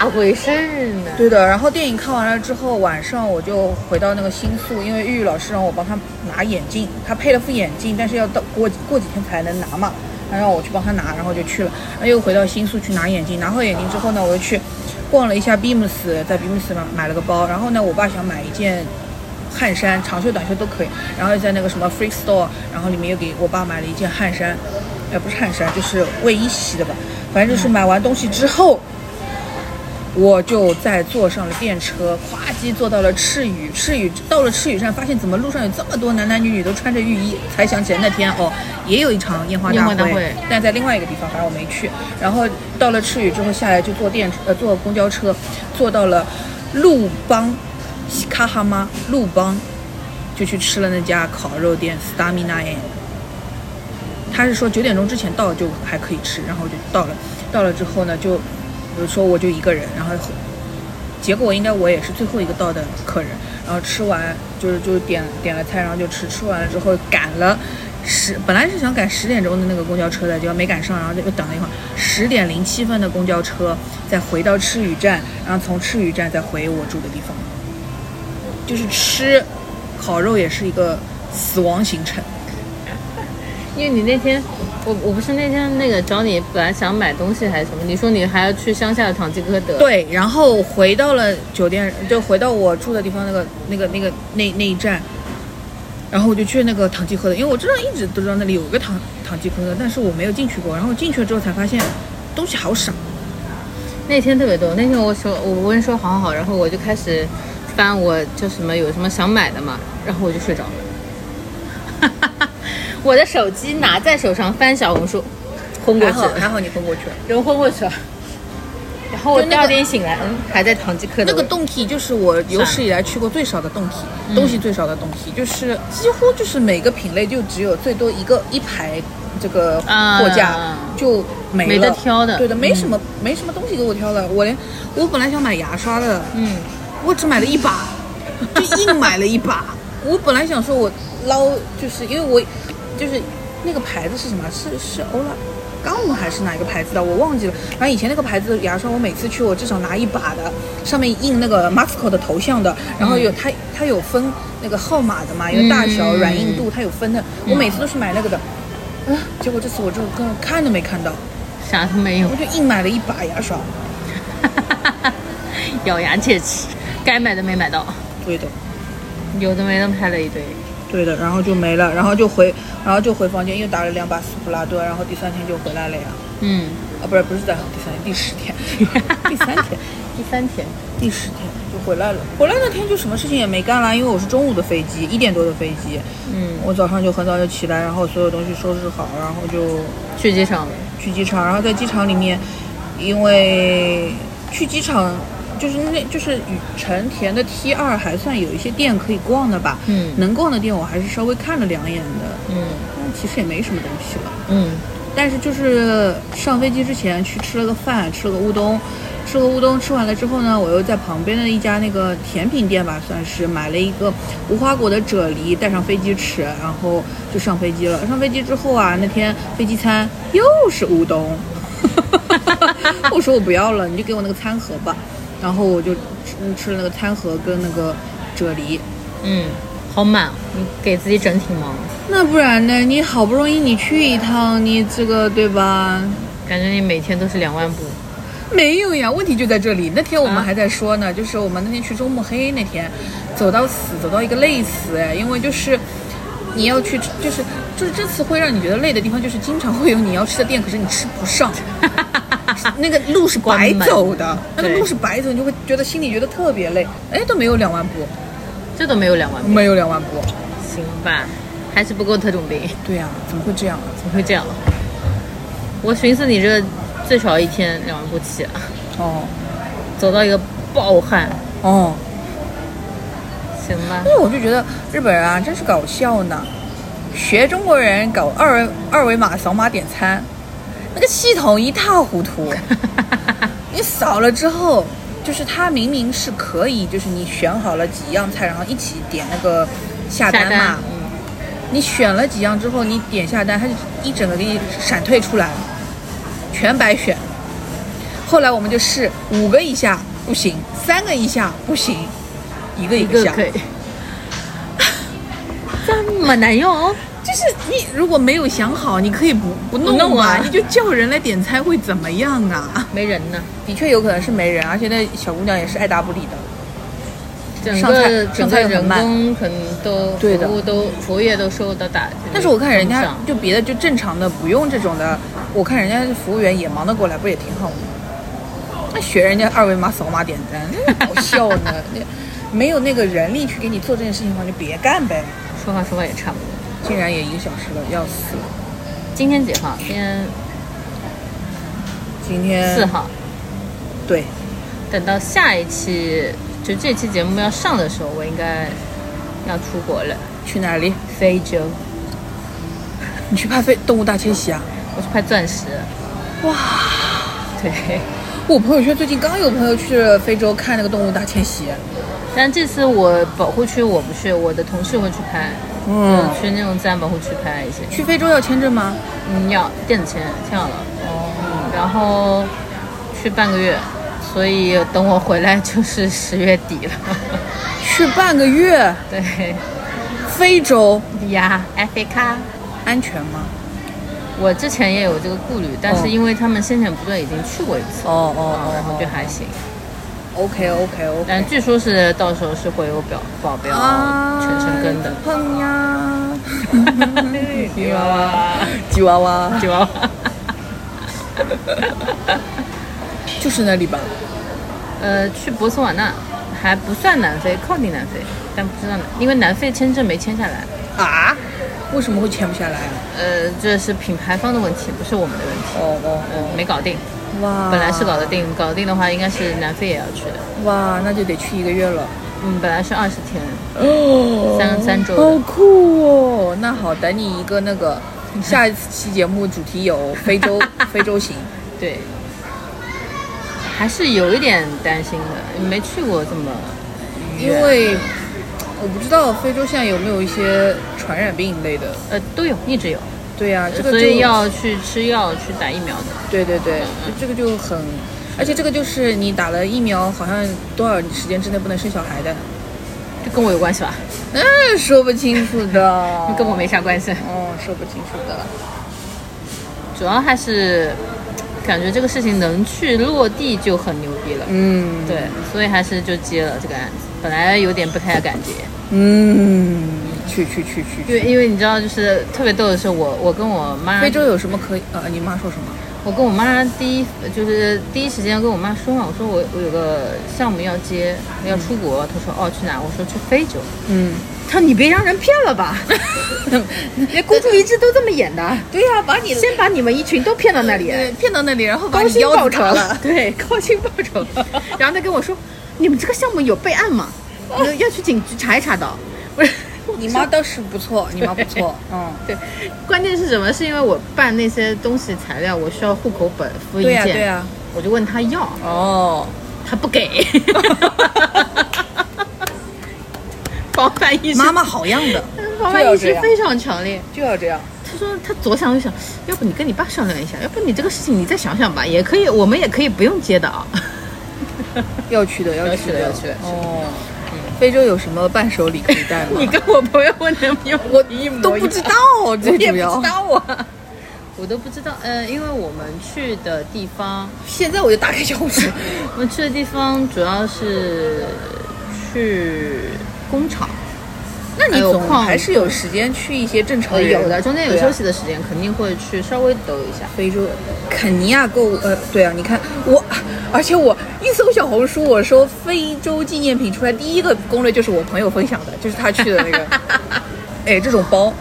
[SPEAKER 4] 咋回事呢？
[SPEAKER 5] 对的，然后电影看完了之后，晚上我就回到那个新宿，因为玉玉老师让我帮他拿眼镜，他配了副眼镜，但是要到过过几天才能拿嘛，然后让我去帮他拿，然后就去了，然后又回到新宿去拿眼镜，拿回眼镜之后呢，我又去逛了一下 Beams，在 Beams 买买了个包，然后呢，我爸想买一件汗衫，长袖短袖都可以，然后又在那个什么 Freak Store，然后里面又给我爸买了一件汗衫，呃，不是汗衫，就是卫衣洗的吧，反正就是买完东西之后。我就再坐上了电车，咵叽坐到了赤羽。赤羽到了赤羽站，发现怎么路上有这么多男男女女都穿着浴衣，才想起来那天哦，也有一场烟花大
[SPEAKER 4] 烟花
[SPEAKER 5] 会，
[SPEAKER 4] 大会
[SPEAKER 5] 但在另外一个地方，反正我没去。然后到了赤羽之后下来就坐电呃坐公交车，坐到了路邦，卡哈妈路邦，就去吃了那家烤肉店 Stamina Inn。他是说九点钟之前到就还可以吃，然后我就到了，到了之后呢，就比如说我就一个人，然后结果应该我也是最后一个到的客人，然后吃完就是就点点了菜，然后就吃，吃完了之后赶了十，本来是想赶十点钟的那个公交车的，结果没赶上，然后就又等了一会儿，十点零七分的公交车再回到赤羽站，然后从赤羽站再回我住的地方，就是吃烤肉也是一个死亡行程。
[SPEAKER 4] 因为你那天，我我不是那天那个找你，本来想买东西还是什么，你说你还要去乡下的唐吉诃德，，
[SPEAKER 5] 对，然后回到了酒店，就回到我住的地方那个那个那个那那一站，然后我就去那个唐吉诃德，因为我知道一直都知道那里有个唐唐吉诃德，但是我没有进去过。然后进去了之后才发现东西好少，
[SPEAKER 4] 那天特别多。那天我说我温说好好好，然后我就开始翻我就什么有什么想买的嘛，然后我就睡着了。 [laughs] 我的手机拿在手上翻小红书，昏过
[SPEAKER 5] 还
[SPEAKER 4] 去
[SPEAKER 5] 好
[SPEAKER 4] 了，
[SPEAKER 5] 还好你昏过去了。
[SPEAKER 4] 人昏过去了。然后我
[SPEAKER 5] 就那个
[SPEAKER 4] 第二天醒来，嗯，还在唐吉诃德。
[SPEAKER 5] 那个洞体就是我有史以来去过最少的洞体，
[SPEAKER 4] 嗯
[SPEAKER 5] 东西最少的洞体，就是几乎就是每个品类就只有最多一个一排这个
[SPEAKER 4] 啊
[SPEAKER 5] 货架、就没了
[SPEAKER 4] 没得挑的嗯
[SPEAKER 5] 对的，没什么、没什么东西给我挑的，我连我本来想买牙刷的，
[SPEAKER 4] 嗯，
[SPEAKER 5] 我只买了一把，就硬买了一把。我本来想说我捞，就是因为我就是那个牌子是什么？是是欧拉。刚姆还是哪一个牌子的，我忘记了。反正以前那个牌子的牙刷，我每次去我至少拿一把的，上面印那个 Maxco 的头像的，然后有它它有分那个号码的嘛，有大小、
[SPEAKER 4] 嗯
[SPEAKER 5] 软硬度，它有分的。我每次都是买那个的，嗯，结果这次我就根本看都没看到，
[SPEAKER 4] 啥都没有 [laughs]
[SPEAKER 5] 我，就硬买了一把牙刷。
[SPEAKER 4] 咬牙切齿，该买的没买到，
[SPEAKER 5] 对的。
[SPEAKER 4] 有的没的拍了一堆。
[SPEAKER 5] 对的，然后就没了，然后就回，然后就回房间又打了两把斯普拉顿，然后第三天就回来了呀。
[SPEAKER 4] 嗯，
[SPEAKER 5] 啊，不是不是在第三天，第十天，第三天，
[SPEAKER 4] [laughs] 第三天，
[SPEAKER 5] 第十天就回来了。回来那天就什么事情也没干啦，因为我是中午的飞机，一点多的飞机，
[SPEAKER 4] 嗯，
[SPEAKER 5] 我早上就很早就起来，然后所有东西收拾好，然后就
[SPEAKER 4] 去机场了。
[SPEAKER 5] 去机场，然后在机场里面，因为去机场就是那就是羽成田的 T 二还算有一些店可以逛的吧，
[SPEAKER 4] 嗯
[SPEAKER 5] 能逛的店我还是稍微看了两眼的，
[SPEAKER 4] 嗯
[SPEAKER 5] 但其实也没什么东西了。
[SPEAKER 4] 嗯，
[SPEAKER 5] 但是就是上飞机之前去吃了个饭，吃了个乌冬，吃了个乌冬，吃完了之后呢，我又在旁边的一家那个甜品店吧，算是买了一个无花果的啫喱，带上飞机吃，然后就上飞机了。上飞机之后啊，那天飞机餐又是乌冬，我说我不要了，你就给我那个餐盒吧。然后我就吃吃了那个餐盒跟那个啫喱，
[SPEAKER 4] 嗯，好满，你给自己整挺忙，
[SPEAKER 5] 那不然呢？你好不容易你去一趟，你这个对吧？
[SPEAKER 4] 感觉你每天都是两万步。
[SPEAKER 5] 没有呀，问题就在这里。那天我们还在说
[SPEAKER 4] 嗯
[SPEAKER 5] 呢，就是我们那天去周末黑那天，走到死，走到一个累死，哎，因为就是你要去，就是就是这次会让你觉得累的地方，就是经常会有你要吃的店，可是你吃不
[SPEAKER 4] [laughs]
[SPEAKER 5] 上，那个路是白走的，那个
[SPEAKER 4] 关门对
[SPEAKER 5] 路是白走，你就会觉得心里觉得特别累，哎，都没有两万步，
[SPEAKER 4] 这都没有两万步，
[SPEAKER 5] 没有两万步，
[SPEAKER 4] 行吧？还是不够特种兵，
[SPEAKER 5] 对呀、怎么会这样啊？
[SPEAKER 4] 怎么会这样？我寻思你这最少一天两万步起啊，
[SPEAKER 5] 哦，
[SPEAKER 4] 走到一个暴汗，
[SPEAKER 5] 哦，
[SPEAKER 4] 行吧
[SPEAKER 5] 因？为我就觉得日本人啊，真是搞笑呢，学中国人搞二维二维码扫码点餐，那个系统一塌糊
[SPEAKER 4] [laughs]
[SPEAKER 5] 涂。你扫了之后，就是它明明是可以，就是你选好了几样菜，然后一起点那个下
[SPEAKER 4] 下
[SPEAKER 5] 单嘛。
[SPEAKER 4] 单，嗯，
[SPEAKER 5] 你选了几样之后，你点下单，它就一整个给你闪退出来了，全白选。后来我们就试五个以下不行，三个以下不行，一个一
[SPEAKER 4] 一
[SPEAKER 5] 个
[SPEAKER 4] 个
[SPEAKER 5] 下。
[SPEAKER 4] 可以， [laughs] 这么难用？
[SPEAKER 5] 就是你如果没有想好，你可以不不弄
[SPEAKER 4] 不弄
[SPEAKER 5] 嘛
[SPEAKER 4] 啊
[SPEAKER 5] 你就叫人来点餐会怎么样啊？
[SPEAKER 4] 没人呢，
[SPEAKER 5] 的确有可能是没人，而且那小姑娘也是爱答不理的。
[SPEAKER 4] 整
[SPEAKER 5] 上菜
[SPEAKER 4] 个整
[SPEAKER 5] 上菜
[SPEAKER 4] 个
[SPEAKER 5] 又很
[SPEAKER 4] 人
[SPEAKER 5] 慢
[SPEAKER 4] 工可能都
[SPEAKER 5] 对的
[SPEAKER 4] 服务都服务业都受到打击。
[SPEAKER 5] 但是我看人
[SPEAKER 4] 跟
[SPEAKER 5] 家
[SPEAKER 4] 不上
[SPEAKER 5] 就别的就正常的，不用这种的，我看人家服务员也忙得过来，不也挺好吗？那学人家二维码扫码点单，搞笑呢。那没有那个人力去给你做这件事情的话，就别干呗。
[SPEAKER 4] 说话说话也差不多。
[SPEAKER 5] 竟然也一个小时了，要死了。
[SPEAKER 4] 今天几号？今天
[SPEAKER 5] 今天
[SPEAKER 4] 四，号。
[SPEAKER 5] 对，
[SPEAKER 4] 等到下一期，就这期节目要上的时候，我应该要出国了，
[SPEAKER 5] 去哪里？ [laughs]
[SPEAKER 4] 非洲，
[SPEAKER 5] 你去拍非动物大迁徙啊？
[SPEAKER 4] 我去拍钻石。哇，对。 [laughs]
[SPEAKER 5] 我朋友圈最近刚有朋友去了非洲看那个动物大迁徙，
[SPEAKER 4] 但这次我保护区我不去，我的同事会去拍，
[SPEAKER 5] 嗯，
[SPEAKER 4] 去那种自然保护区拍一些。
[SPEAKER 5] 去非洲要签证吗？
[SPEAKER 4] 嗯，要电子签签好了，哦，然后去半个月，所以等我回来就是十月底了。 [laughs]
[SPEAKER 5] 去半个月，
[SPEAKER 4] 对
[SPEAKER 5] 非洲
[SPEAKER 4] 呀，Africa，
[SPEAKER 5] 安全吗？
[SPEAKER 4] 我之前也有这个顾虑，但
[SPEAKER 5] 哦
[SPEAKER 4] 是因为他们先遣部队已经去过一次，
[SPEAKER 5] 哦哦
[SPEAKER 4] 啊然后就还行。
[SPEAKER 5] OK OK OK
[SPEAKER 4] 但据说是到时候是会有表保镖全程跟的。
[SPEAKER 5] 啊碰呀，
[SPEAKER 4] [laughs] 吉娃娃，
[SPEAKER 5] 吉娃娃
[SPEAKER 4] 吉娃 [laughs] 娃，
[SPEAKER 5] 就是那里吧？
[SPEAKER 4] 呃，去博茨瓦纳还不算南非，靠近南非，但不知道，因为南非签证没签下来。
[SPEAKER 5] 啊？为什么会签不下来？
[SPEAKER 4] 呃，这是品牌方的问题，不是我们的问题。
[SPEAKER 5] 哦哦
[SPEAKER 4] 嗯，啊没搞定，
[SPEAKER 5] 哦，哇！
[SPEAKER 4] 本来是搞得定，搞定的话应该是南非也要去的。
[SPEAKER 5] 哇，那就得去一个月了，
[SPEAKER 4] 嗯，本来是二十天，
[SPEAKER 5] 哦
[SPEAKER 4] 三三周
[SPEAKER 5] 好
[SPEAKER 4] 的
[SPEAKER 5] 酷哦！那好，等你一个那个下一期节目主题
[SPEAKER 4] [laughs]
[SPEAKER 5] 有非洲非洲行。
[SPEAKER 4] 对，还是有一点担心的，没去过这么
[SPEAKER 5] 因为我不知道非洲现在有没有一些传染病类的。
[SPEAKER 4] 呃都有，一直有，
[SPEAKER 5] 对呀、这个就
[SPEAKER 4] 所以要嗯去吃药去打疫苗的。
[SPEAKER 5] 对对对，这个就很，而且这个就是你打了疫苗，好像多少时间之内不能生小孩的， [laughs]
[SPEAKER 4] 这跟我有关系吧？
[SPEAKER 5] 嗯，说不清楚
[SPEAKER 4] [laughs]，
[SPEAKER 5] 的
[SPEAKER 4] 跟我没啥关系，
[SPEAKER 5] 哦，说不清楚的。
[SPEAKER 4] 主要还是感觉这个事情能去落地就很牛逼了。
[SPEAKER 5] 嗯，
[SPEAKER 4] 对，所以还是就接了这个案子，本来有点不太敢接。
[SPEAKER 5] 嗯，去去去去
[SPEAKER 4] 因
[SPEAKER 5] 去。
[SPEAKER 4] 为因为你知道，就是特别逗的是我，我跟我妈，
[SPEAKER 5] 非洲有什么可以？呃，你妈说什么？
[SPEAKER 4] 我跟我妈第一就是第一时间跟我妈说嘛，我说我我有个项目要接，要出国，她说哦去哪？我说去非洲， [laughs]
[SPEAKER 5] 嗯，
[SPEAKER 4] 她说你别让人骗了吧，连孤注一掷都这么演的，
[SPEAKER 5] 对呀、把你
[SPEAKER 4] 先把你们一群都骗到那里，
[SPEAKER 5] 呃骗到那里，然后把
[SPEAKER 4] 高
[SPEAKER 5] 你
[SPEAKER 4] 薪
[SPEAKER 5] 腰
[SPEAKER 4] 报
[SPEAKER 5] 子
[SPEAKER 4] 酬
[SPEAKER 5] 打了，
[SPEAKER 4] [laughs] 对，高薪报酬，然后她跟我说，你们这个项目有备案吗？要要去警局查一查的， [laughs] 我说
[SPEAKER 5] 你妈倒是不错，你妈不错，嗯。
[SPEAKER 4] 对，关键是什么？是因为我办那些东西材料，我需要户口本、复印
[SPEAKER 5] 对呀、
[SPEAKER 4] 件，
[SPEAKER 5] 对呀、
[SPEAKER 4] 我就问他要，
[SPEAKER 5] 哦，
[SPEAKER 4] 他
[SPEAKER 5] [laughs]
[SPEAKER 4] 不给。防范意识，
[SPEAKER 5] 妈妈好样的，
[SPEAKER 4] 防
[SPEAKER 5] 就
[SPEAKER 4] 范
[SPEAKER 5] 要
[SPEAKER 4] 意
[SPEAKER 5] 这
[SPEAKER 4] 识
[SPEAKER 5] 样
[SPEAKER 4] 非常强烈。
[SPEAKER 5] 就要这样。
[SPEAKER 4] 他说他左想右想，要不你跟你爸商量一下，要不你这个事情你再想想吧，也可以，我们也可以不用接的啊。 [laughs]
[SPEAKER 5] 要去的，要
[SPEAKER 4] 去的要去的
[SPEAKER 5] 哦，非洲有什么伴手礼可以带 [laughs] 吗？
[SPEAKER 4] 你跟我朋友问的没有
[SPEAKER 5] 我
[SPEAKER 4] 一模
[SPEAKER 5] 都
[SPEAKER 4] 一
[SPEAKER 5] 不
[SPEAKER 4] 样
[SPEAKER 5] 知道， [laughs] 最主要。
[SPEAKER 4] 道啊，我都不知道。呃，因为我们去的地方。
[SPEAKER 5] [laughs] 现在我就打开小红书，
[SPEAKER 4] 我去的地方主要是去工厂，
[SPEAKER 5] [laughs] 那你
[SPEAKER 4] 还有
[SPEAKER 5] 总
[SPEAKER 4] 矿
[SPEAKER 5] 还是有时间去一些正常
[SPEAKER 4] 呃，
[SPEAKER 5] 人
[SPEAKER 4] 有的中间有休。
[SPEAKER 5] 对啊
[SPEAKER 4] 息的时间，肯定会去稍微抖一下。
[SPEAKER 5] 非洲，肯尼亚购物，呃，对啊，你看我，而且我呃一搜小红书，我说非洲纪念品出来，第一个攻略就是我朋友分享的，就是他去的那个，哎，这种包，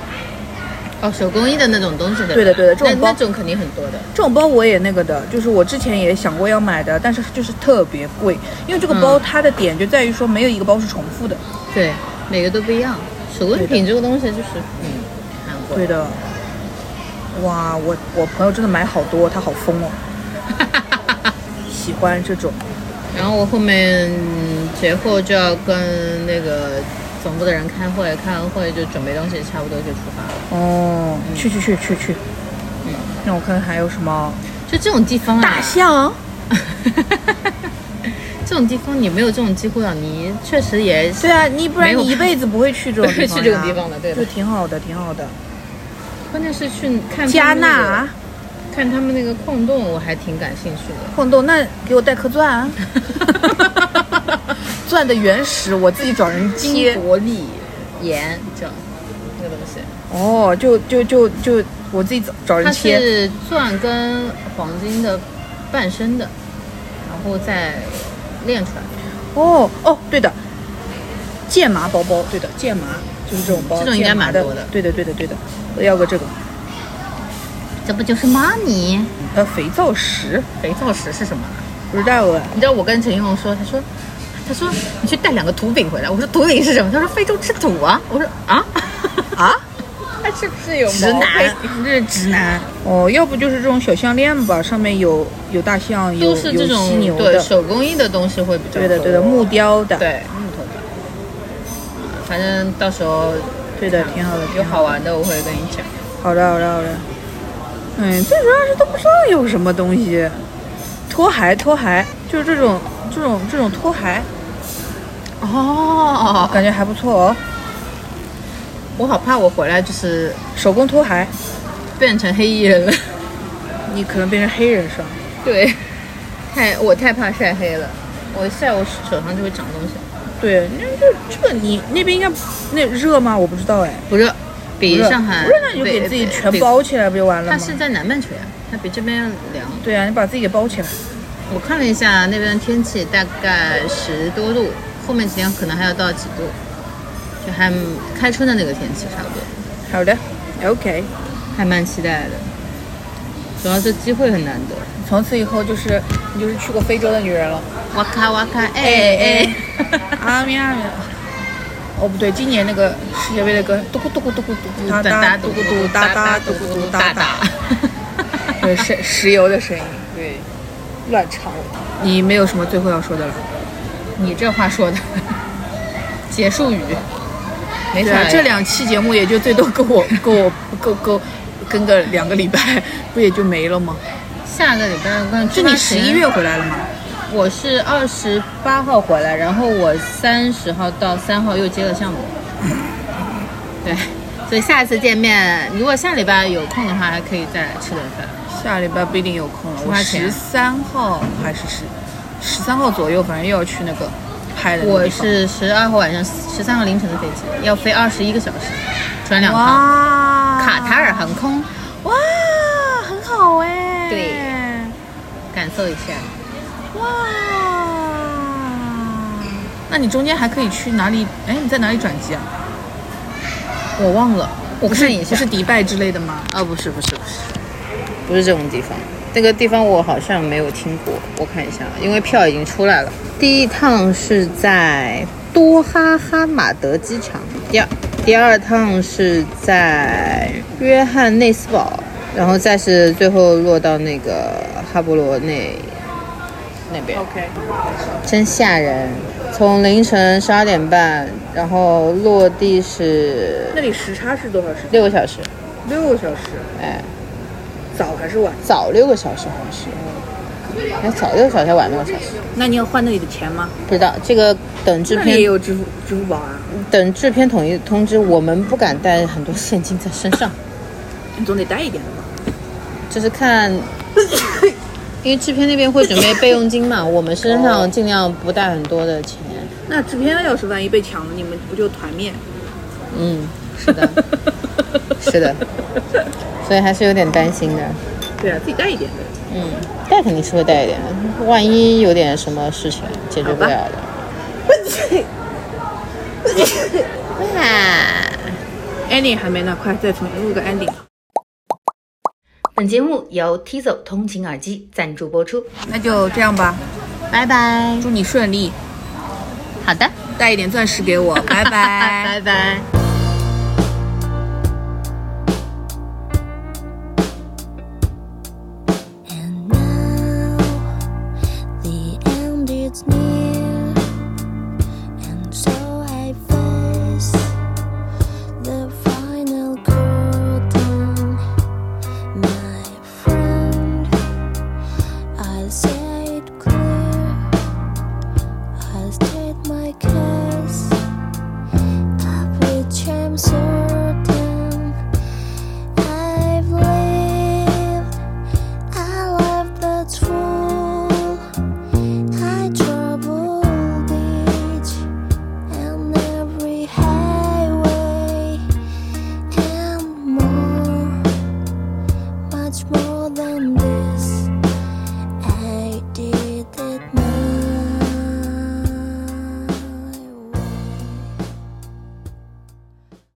[SPEAKER 4] 哦，手工艺的那种东西对吧
[SPEAKER 5] 对的对的这种
[SPEAKER 4] 那那
[SPEAKER 5] 包
[SPEAKER 4] 种肯定很多的。
[SPEAKER 5] 这种包我也那个的，就是我之前也想过要买的，但是就是特别贵，因为这个包它的点就在于说没有一个包是重复的。
[SPEAKER 4] 对，每个都不一样。手工艺品这个东西就是，嗯，难过。
[SPEAKER 5] 对的。哇，我我朋友真的买好多，他好疯哦，喜欢这种。
[SPEAKER 4] 然后我后面嗯节后就要跟那个总部的人开会，开完会就准备东西，差不多就出发了。
[SPEAKER 5] 哦，去去去去去。
[SPEAKER 4] 嗯
[SPEAKER 5] 那我看看还有什么
[SPEAKER 4] 就这种地方啊，
[SPEAKER 5] 大象，
[SPEAKER 4] [laughs] 这种地方你没有这种机会啊，你确实也
[SPEAKER 5] 对啊，你不然
[SPEAKER 4] 没有
[SPEAKER 5] 你一辈子不会去这种地方呀
[SPEAKER 4] [laughs] 不会去这种地方的对的
[SPEAKER 5] 就挺好的，挺好的。
[SPEAKER 4] 关键是去看
[SPEAKER 5] 加
[SPEAKER 4] 他们那
[SPEAKER 5] 纳
[SPEAKER 4] 个
[SPEAKER 5] 啊，
[SPEAKER 4] 看他们那个矿洞，我还挺感兴趣的。
[SPEAKER 5] 矿洞，那给我带颗钻
[SPEAKER 4] [laughs]
[SPEAKER 5] 啊，钻的原石我自己找人
[SPEAKER 4] 金
[SPEAKER 5] 切。
[SPEAKER 4] 箔粒盐这样那个东西，
[SPEAKER 5] 哦，就就就就我自己找找
[SPEAKER 4] 它
[SPEAKER 5] 人切。
[SPEAKER 4] 是钻跟黄金的伴生的，然后再炼出来。
[SPEAKER 5] 哦哦，对的，剑麻包包，对的，剑麻就是这种包，
[SPEAKER 4] 这种应该
[SPEAKER 5] 剑麻
[SPEAKER 4] 蛮
[SPEAKER 5] 的
[SPEAKER 4] 多的
[SPEAKER 5] 对的对的对的，我要个这个。
[SPEAKER 4] 这不就是 money
[SPEAKER 5] 呃，肥皂石
[SPEAKER 4] 肥皂石是什么？啊
[SPEAKER 5] 不知道哎，
[SPEAKER 4] 你知道我跟陈一红说，他说，他说你去带两个土饼回来。我说土饼是什么？他说非洲吃土啊。我说啊 [laughs]
[SPEAKER 5] 啊，
[SPEAKER 4] 他是不是有
[SPEAKER 5] 直
[SPEAKER 4] 毛
[SPEAKER 5] 男
[SPEAKER 4] 病？这是直男，
[SPEAKER 5] 哦，要不就是这种小项链吧，上面有有大象，有
[SPEAKER 4] 都是这
[SPEAKER 5] 有犀牛
[SPEAKER 4] 种对
[SPEAKER 5] 的，
[SPEAKER 4] 手工艺的东西会比较
[SPEAKER 5] 对的
[SPEAKER 4] 多
[SPEAKER 5] 对的，木雕的，
[SPEAKER 4] 对木头的。反正到时候
[SPEAKER 5] 对的
[SPEAKER 4] 看
[SPEAKER 5] 挺好的
[SPEAKER 4] 有
[SPEAKER 5] 挺好
[SPEAKER 4] 好玩的我会跟你讲。
[SPEAKER 5] 好的，好的，好的。哎，最主要是都不知道有什么东西，拖鞋，拖鞋，就是这种这种这种拖鞋，
[SPEAKER 4] 哦，
[SPEAKER 5] 感觉还不错哦。
[SPEAKER 4] 我好怕我回来就是
[SPEAKER 5] 手工拖鞋，
[SPEAKER 4] 变成黑衣人了。
[SPEAKER 5] 你可能变成黑人是吧？
[SPEAKER 4] 对，太我太怕晒黑了，我一晒我手上就会长东西。
[SPEAKER 5] 对，那这这个你那边应该那热吗？我不知道哎。
[SPEAKER 4] 不热，比
[SPEAKER 5] 不热
[SPEAKER 4] 上海
[SPEAKER 5] 不热，那你就
[SPEAKER 4] 比
[SPEAKER 5] 给自己
[SPEAKER 4] 比
[SPEAKER 5] 全
[SPEAKER 4] 比
[SPEAKER 5] 包起来不就完了
[SPEAKER 4] 它
[SPEAKER 5] 吗？
[SPEAKER 4] 是在南半球呀，它比这边要凉。
[SPEAKER 5] 对啊，你把自己给包起来。
[SPEAKER 4] 我看了一下那边天气，大概十多度，后面几天可能还要到几度，就还开春的那个天气差不多，
[SPEAKER 5] 好的，OK。
[SPEAKER 4] 还蛮期待的。主要是机会很难得，
[SPEAKER 5] 从此以后就是你就是去过非洲的女人了。
[SPEAKER 4] 哇咔哇咔，哎
[SPEAKER 5] 哎
[SPEAKER 4] 哎，
[SPEAKER 5] 阿咪阿咪。哦，不对，今年那个世界杯的歌，嘟咕嘟咕嘟咕嘟哒哒嘟咕嘟哒哒嘟咕嘟哒哒， [laughs] 对，石石油的声音，对，乱唱。你没有什么最后要说的了？
[SPEAKER 4] 你这话说的，结束语，没
[SPEAKER 5] 对
[SPEAKER 4] 啥
[SPEAKER 5] 啊
[SPEAKER 4] 呀，，
[SPEAKER 5] 这两期节目也就最多够我够我够够跟个两个礼拜，不也就没了吗？
[SPEAKER 4] 下个礼拜我看
[SPEAKER 5] 就你十一
[SPEAKER 4] 月。
[SPEAKER 5] 月回来了吗？
[SPEAKER 4] 我是二十八号回来，然后我三十号到三号又接了 [laughs] 项目。对，所以下一次见面，如果下礼拜有空的话，还可以再来吃顿饭。
[SPEAKER 5] 下礼拜不一定有空了，
[SPEAKER 4] 出
[SPEAKER 5] 我
[SPEAKER 4] 发
[SPEAKER 5] 十
[SPEAKER 4] 前
[SPEAKER 5] 三号还是十十三号左右，反正又要去那个拍的那个
[SPEAKER 4] 我
[SPEAKER 5] 地方。
[SPEAKER 4] 是十二号晚上十三号凌晨的飞机，要飞二十一个小时，转两趟
[SPEAKER 5] 哇，
[SPEAKER 4] 卡塔尔航空，
[SPEAKER 5] 哇，很好哎、对，
[SPEAKER 4] 感受一下。
[SPEAKER 5] 哇，那你中间还可以去哪里？哎，你在哪里转机啊？
[SPEAKER 4] 我忘了，我
[SPEAKER 5] 不
[SPEAKER 4] 看
[SPEAKER 5] 是
[SPEAKER 4] 一
[SPEAKER 5] 不
[SPEAKER 4] 下
[SPEAKER 5] 是。迪拜之类的吗？
[SPEAKER 4] 啊，不是不是不是，不是这种地方。那个地方我好像没有听过，我看一下，因为票已经出来了。第一趟是在多哈哈马德机场，第二第二趟是在约翰内斯堡，然后再是最后落到那个哈勃罗那那边。
[SPEAKER 5] OK
[SPEAKER 4] 真吓人！从凌晨十二点半，然后落地是
[SPEAKER 5] 那里时差是多少时间？
[SPEAKER 4] 六个小时，
[SPEAKER 5] 六个小时，
[SPEAKER 4] 哎。
[SPEAKER 5] 早还是晚？
[SPEAKER 4] 早六个小时好像是，哎，早六个小时还是晚六个小时？
[SPEAKER 5] 那你要换那里的钱吗？
[SPEAKER 4] 不知道这个等制
[SPEAKER 5] 那里也
[SPEAKER 4] 片
[SPEAKER 5] 有支付支付宝啊，
[SPEAKER 4] 等制片统一通知，我们不敢带很多现金在身上， [laughs]
[SPEAKER 5] 你总得带一点的吧？
[SPEAKER 4] 就是看， [coughs] 因为制片那边会准备备用
[SPEAKER 5] [laughs]
[SPEAKER 4] 金嘛，我们身上尽量不带很多的钱。
[SPEAKER 5] 那制片要是万一被抢了，你们不就团灭？
[SPEAKER 4] 嗯，是
[SPEAKER 5] [laughs]
[SPEAKER 4] 的，是的，所以还是有点担心的。
[SPEAKER 5] 对啊，自己带一点呗。
[SPEAKER 4] 嗯，带肯定是会带一点的，万一有点什么事情解决不了的。哇，
[SPEAKER 5] ending 哎还没呢，快再重新录个 ending。
[SPEAKER 1] 本节目由 Tizo 通勤耳机赞助播出。
[SPEAKER 5] 那就这样吧，
[SPEAKER 4] 拜拜。
[SPEAKER 5] 祝你顺利，
[SPEAKER 4] 好的，
[SPEAKER 5] 带一点钻石给我，拜
[SPEAKER 4] [laughs]
[SPEAKER 5] 拜。
[SPEAKER 4] 拜拜。
[SPEAKER 6] And now the end is near, and so I face the final curtain, my friend. I'll say it clear. I'll state my case, of which I'm certain. I've lived. I love that's full. I traveled each and every highway and more, much more than this.